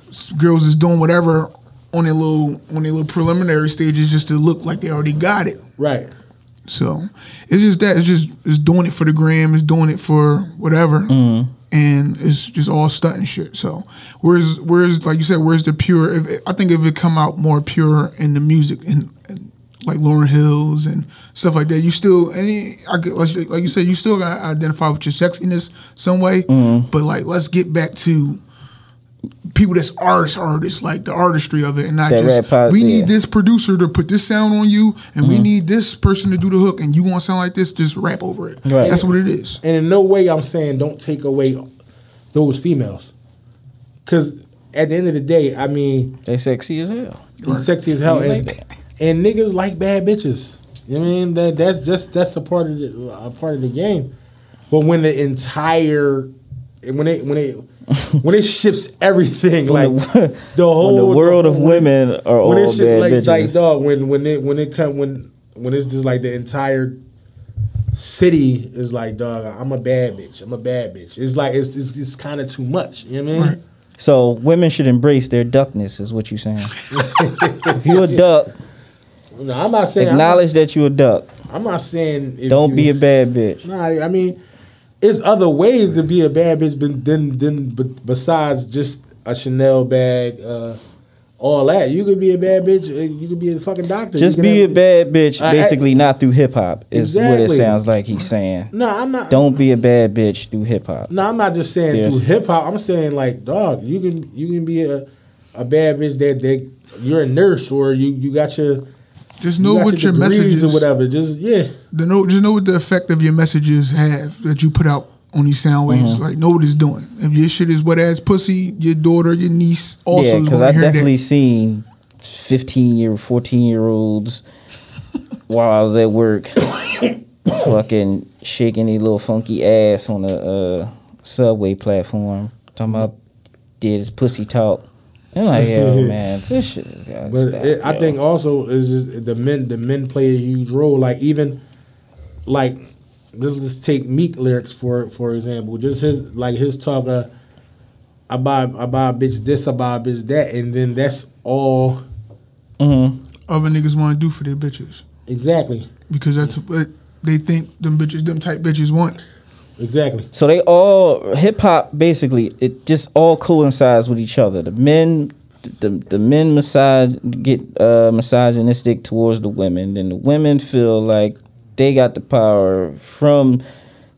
S5: s- girls is doing whatever on their little on their little preliminary stages just to look like they already got it.
S3: Right.
S5: So it's just that it's just it's doing it for the gram, it's doing it for whatever,
S4: Mm-hmm.
S5: and it's just all stunting shit. So where's where's like you said, where's the pure? If, I think if it come out more pure in the music and, and like Lauren Hills and stuff like that, you still any I get- like you- like you said, you still gotta identify with your sexiness some way.
S4: Mm-hmm.
S5: But like, let's get back to. People that's artists, artists like the artistry of it, and not
S4: That
S5: just
S4: rap pos-
S5: we need
S4: yeah.
S5: this this producer to put this sound on you, and we need this person to do the hook, and you want to sound like this, just rap over it.
S4: Right.
S5: That's what it is.
S3: And in no way I'm saying don't take away those females. Cause at the end of the day, I mean,
S4: They sexy as hell.
S3: He's sexy as hell, and, and niggas like bad bitches. You know what I mean that that's just that's a part of the a part of the game. But when the entire when it
S4: [laughs]
S3: when it when it shifts everything like
S4: When
S3: the,
S4: the-
S3: whole
S4: when the world of
S3: whole-
S4: women are all
S3: when it
S4: bad
S3: shit like
S4: bitches.
S3: like dog when when it when it come when when it's just like the entire city is like dog I'm a bad bitch I'm a bad bitch it's like it's it's, it's kind of too much you know what I mean
S4: So women should embrace their duckness, is what you're
S3: [laughs]
S4: saying. if you're a duck,
S3: no I'm not saying I'm not-
S4: acknowledge that you're a duck.
S3: I'm, not saying if
S4: Don't
S3: you-
S4: be a bad bitch.
S3: Nah, I I mean, it's other ways to be a bad bitch than than, than b- besides just a Chanel bag, uh, all that. You could be a bad bitch. uh, You could be a fucking doctor.
S4: Just
S3: You can
S4: be a
S3: have-
S4: bad bitch,
S3: I- I-
S4: basically not through hip hop, is what
S3: Exactly.
S4: it sounds like he's saying.
S3: No, I'm not.
S4: Don't be a bad bitch through hip hop.
S3: No, I'm not just saying
S4: Yes.
S3: through hip hop. I'm saying like dog. You can you can be a a bad bitch that that you're a nurse or you you got your you
S5: Just know
S3: got
S5: what your
S3: degrees
S5: messages,
S3: or whatever. Just yeah.
S5: The know, just know what the effect of your messages have that you put out on these sound waves. Like, know what it's doing. If your shit is wet ass pussy, your daughter, your niece also
S4: yeah,
S5: is
S4: because
S5: going
S4: I've
S5: to hear
S4: definitely
S5: that.
S4: seen 15 year, 14 year olds while I was at
S3: [coughs]
S4: work fucking shaking their little funky ass on the uh, subway platform. Talking about did his pussy talk. I'm like,
S3: [laughs]
S4: yo, man, this shit is
S3: But it, I think also is just the men the men play a huge role. Like even like let's, let's take Meek lyrics for for example. Just his like his talk uh, I buy I buy a bitch this, I buy a bitch that, and then that's all
S4: Mm-hmm.
S5: Other niggas want to do for their bitches
S3: exactly.
S5: because that's what they think them bitches, them type bitches want.
S3: Exactly.
S4: So they all hip hop basically it just all coincides with each other. The men the the men massage get uh, misogynistic towards the women, and the women feel like they got the power from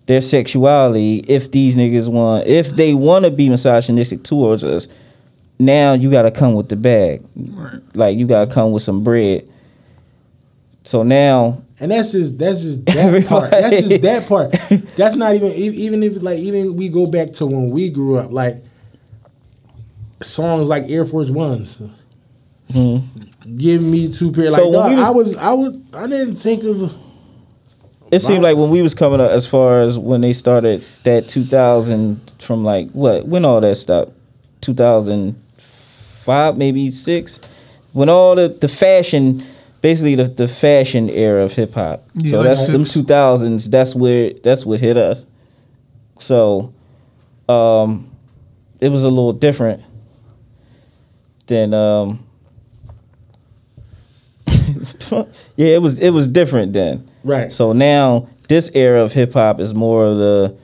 S4: their sexuality. If these niggas want, if they want to be misogynistic towards us, now you got to come with the bag.
S5: Right.
S4: Like you got to come with some bread. So now
S3: And that's just that's just that part.
S4: Everybody.
S3: That's just that
S4: [laughs]
S3: part. That's not even e- even if like even we go back to when we grew up, like songs like Air Force Ones. Give me two pair.
S4: Mm-hmm.
S3: Like
S4: So when
S3: dawg,
S4: we was-
S3: I was I was I didn't think of
S4: It seemed
S3: Wow.
S4: like when we was coming up, as far as when they started that 2000 from like what when all that stopped, 2005 maybe six, when all the the fashion, basically the, the fashion era of hip hop.
S5: Yeah,
S4: so
S5: like
S4: that's them
S5: six.
S4: 2000s. That's where that's what hit us. So, um, it was a little different than um. [laughs] yeah, it was it was different then.
S3: Right.
S4: So now this era of hip hop is more of the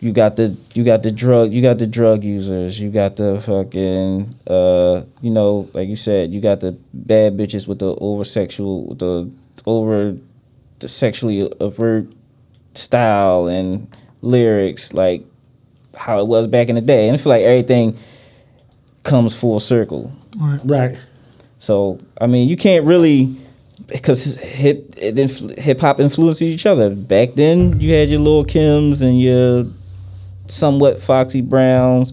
S4: you got the you got the drug you got the drug users you got the fucking uh you know like you said you got the bad bitches with the over sexual the over the sexually overt style and lyrics like how it was back in the day and I feel like everything comes full circle
S5: Right.
S3: right.
S4: so I mean, you can't really because hip it influ- hip hop influences each other. Back then, you had your Lil Kims and your somewhat Foxy Browns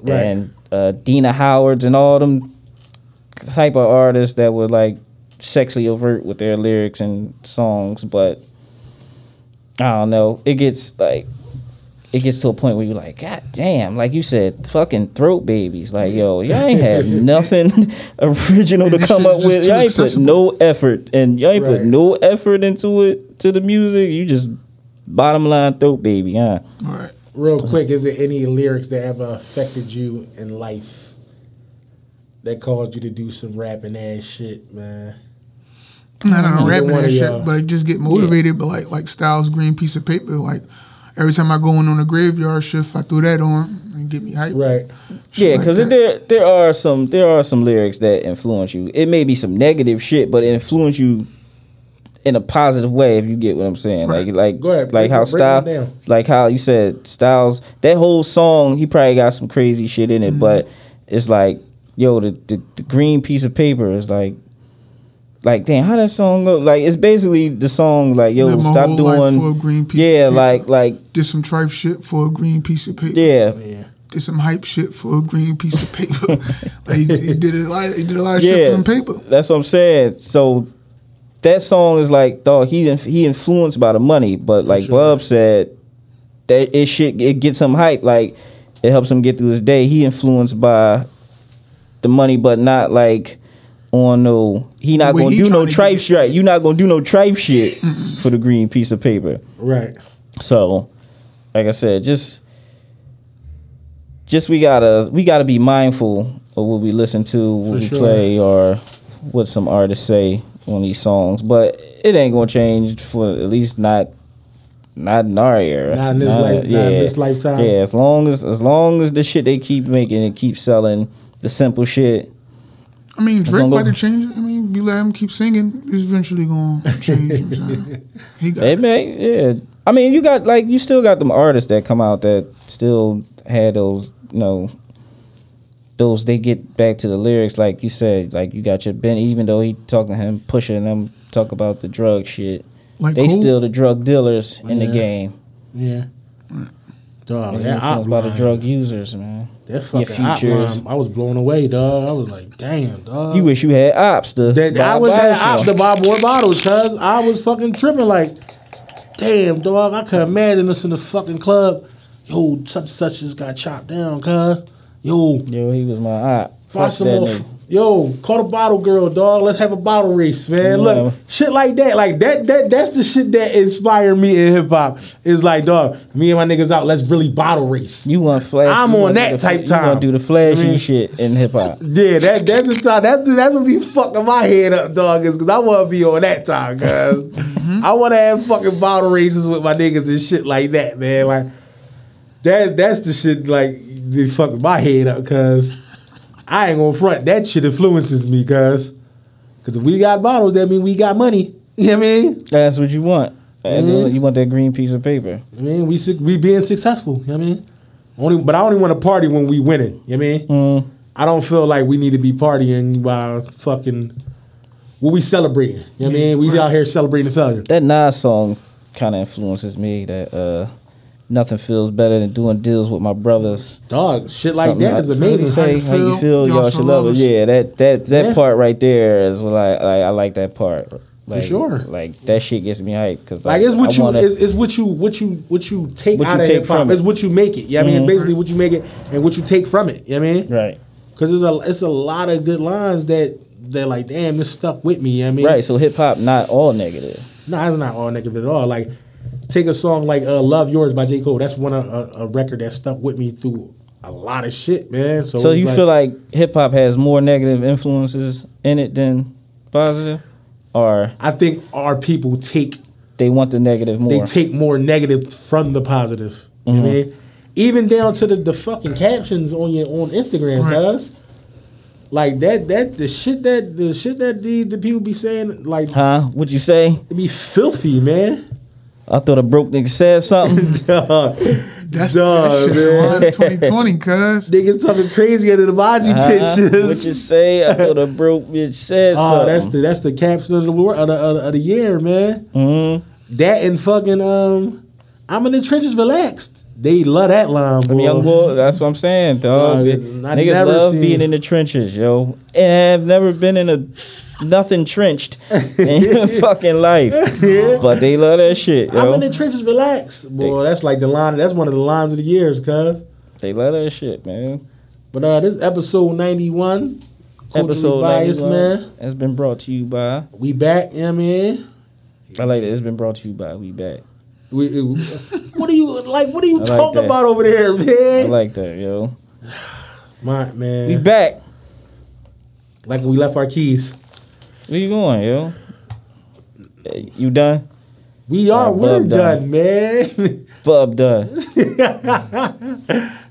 S3: Right.
S4: and uh, Dina Howards and all them type of artists that were like sexually overt with their lyrics and songs, but I don't know. It gets like it gets to a point where you're like, God damn, like you said, fucking throat babies. Like,
S5: [laughs]
S4: yo, y'all ain't had nothing [laughs] original to
S5: This
S4: come
S5: shit's
S4: up
S5: just
S4: with.
S5: too
S4: Y'all ain't
S5: accessible.
S4: put no effort and y'all ain't
S3: Right.
S4: put no effort into it to the music. You just bottom line throat baby, huh?
S5: Right.
S3: Real
S4: Mm-hmm.
S3: quick, is there any lyrics that ever affected you in life that caused you to do some rapping ass shit, man?
S5: Not on
S3: Either
S5: rapping
S3: one
S5: that
S3: of
S5: shit,
S3: y'all.
S5: but just get motivated. But like like Styles Green piece of paper. Like every time I go in on a graveyard shift, I throw that on and get me hype.
S3: Right.
S5: Shit
S4: Yeah,
S5: like
S4: because
S5: that.
S4: there there are some there are some lyrics that influence you. It may be some negative shit, but it influence you in a positive way if you get what I'm saying.
S5: Right.
S4: Like like
S3: Go ahead,
S4: like
S3: break
S4: how
S3: it- break it
S4: Styles
S3: down.
S4: like how you said Styles that whole song he probably got some crazy shit in it,
S5: Mm-hmm.
S4: but it's like yo the, the the green piece of paper is like like damn how that song go like it's basically the song like yo
S5: Live my
S4: stop
S5: whole life
S4: doing
S5: for a green piece of
S4: yeah
S5: paper.
S4: like like
S5: Did some tripe shit for a green piece of paper.
S4: yeah
S3: Yeah.
S5: Did some hype shit for a green piece
S4: [laughs]
S5: of paper. like he, he did a lot. He did a lot of shit for some paper.
S4: That's what I'm saying. So that song is like, dog. He inf- he influenced by the money, but like Bub said, that it shit it gets him hype. Like it helps him get through his day. He influenced by the money, but not like on no. He not
S5: Well,
S4: gonna
S5: he
S4: do no
S5: tryna
S4: tripe
S5: get-
S4: shit. Right? You not gonna do no tripe shit for the green piece of paper.
S3: Right.
S4: So, like I said, just just we gotta we gotta be mindful of what we listen to, what
S3: For
S4: we
S3: sure.
S4: play, or what some artists say on these songs. But it ain't gonna change for at least not not in our era.
S3: Not in this life- not in this lifetime.
S4: Yeah, as long as as long as the shit they keep making and keep selling the simple shit.
S5: I mean, Drake
S4: gonna go-
S5: about to change. it. I mean, you let him keep singing, he's eventually gonna change. you know what
S4: [laughs]
S5: I'm saying? he got
S4: They may, yeah. I mean, you got like you still got them artists that come out that still had those, you know, those they get back to the lyrics, like you said, like you got your Ben, even though he talking to him pushing them talk about the drug shit.
S5: like
S4: they
S5: cool.
S4: still the drug dealers in the
S3: Yeah. Oh,
S4: game.
S3: Yeah. Dog,
S4: They
S3: that
S4: influenced by the
S3: outline-
S4: drug users, man.
S3: That fucking
S4: futures.
S3: outline, I was blown away, dog. I was like, damn, dog.
S4: You wish you had ops to
S3: uh, that
S4: buy
S3: I was at
S4: bottles
S3: op
S4: from.
S3: the buy more bottles, cuz I was fucking tripping like, damn, dog. I could imagine us in the fucking club. Yo, such and such just got chopped down, cuz. Yo,
S4: Yo, he was my op.
S3: buy
S4: Fuck
S3: some
S4: that
S3: more,
S4: nigga.
S3: yo, call the bottle girl, dog. Let's have a bottle race, man.
S4: Yeah.
S3: Look, shit like that, like that, that, that's the shit that inspired me in hip hop. It's like, dog, me and my niggas out. Let's really bottle race.
S4: You want flash?
S3: I'm
S4: you
S3: on
S4: wanna do
S3: that
S4: the-
S3: type
S4: you wanna
S3: time.
S4: do the flashy
S3: I mean-
S4: shit in hip hop.
S3: Yeah, that that's the time. That that's what be fucking my head up, dog. Is because I want to be on that time, cause I want to have fucking bottle races with my niggas and shit like that, man. Like that that's the shit like the fucking my head up, cause I ain't gonna front. That shit influences me, cause cause if we got bottles, that mean we got money. You know what I mean?
S4: That's what you want. And then
S3: Mhm.
S4: You want that green piece of paper.
S3: I mean we su- we being successful. You know what I mean? Only, but I only want to party when we winning. You know what I mean?
S4: Mm.
S3: I don't feel like we need to be partying while fucking what we celebrating. You know what I mean? We out here celebrating the failure.
S4: That Nas song kind of influences me. That uh, nothing feels better than doing deals with my brothers.
S3: Dog, shit like
S4: Something
S3: that is
S4: how you
S3: amazing.
S4: Say how you feel, y'all should love us.
S5: us.
S4: Yeah, that that that
S3: Yeah.
S4: part right there is what I like. I like that part. Like,
S3: sure.
S4: Like that shit gets me hyped because
S3: Like it's what
S4: I
S3: you
S4: wanna-
S3: it's, it's what you what you what you take
S4: What you
S3: out of
S4: take
S3: hip hop.
S4: from it. Mm-hmm.
S3: It's what you make it. You know what I mean? It's basically what you make it and what you take from it. You know what I mean?
S4: right.
S3: Cause there's a it's a lot of good lines that that like, damn, this stuck with me. You know what I mean?
S4: Right, so hip hop not all negative.
S3: No, it's not all negative at all. Like, take a song like uh, "Love Yours" by J. Cole. That's one of a, a record that stuck with me through a lot of shit, man. So,
S4: So
S3: it's
S4: you feel like hip hop has more negative influences in it than positive, or
S3: I think our people take
S4: they want the negative more? Mm-hmm.
S3: they take more negative from the positive. You know what I mean? Even down to the, the fucking captions on your on Instagram,
S5: Right.
S3: cuz. Like that that the shit that the shit that the, the people be saying like
S4: huh? What'd you say?
S3: it be filthy, man. [laughs]
S4: I thought a broke nigga said something.
S5: That's
S3: Duh,
S5: that shit
S3: man.
S5: around [laughs] 2020, cuz.
S3: Niggas talking crazy under the Maji
S4: Huh?
S3: pictures.
S4: What you
S3: [laughs]
S4: say? I thought a broke bitch said
S3: Oh,
S4: Uh-huh. something.
S3: that's the that's the caption of the war of the, of the, of the year, man.
S4: Mhm.
S3: That and fucking um, I'm in the trenches, relaxed. They love that line, boy.
S4: Them young boy, that's what I'm saying, dog.
S3: Dog,
S4: They-
S3: I
S4: Niggas
S3: never
S4: love
S3: seen-
S4: being in the trenches, yo. And I've never been in a nothing
S3: [laughs]
S4: trenched in fucking life. But they love that shit, yo.
S3: I'm in the trenches, relaxed, boy. that's like the line. That's one of the lines of the years, cuz.
S4: they love that shit, man.
S3: But uh, this episode 91, culturally
S4: episode
S3: biased,
S4: 91
S3: man.
S4: has been brought to you by.
S3: We back, you know what I mean.
S4: I like that. It's been brought to you by. We back.
S3: We, [laughs] it- what are you like? What are you
S4: like
S3: talking
S4: that.
S3: about over there,
S4: I
S3: man?
S4: like that, yo.
S3: My man,
S4: We back.
S3: like we left our keys.
S4: Where you going, yo? Eh, You done?
S3: We are,
S4: Yeah,
S3: we're
S4: bub done.
S3: done, man. [laughs]
S4: Bub done.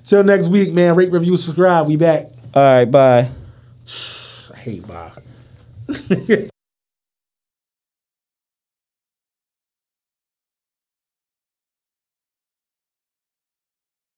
S3: Till next week, man. Rate, review, subscribe. We back.
S4: All right, bye.
S3: I hate Bob.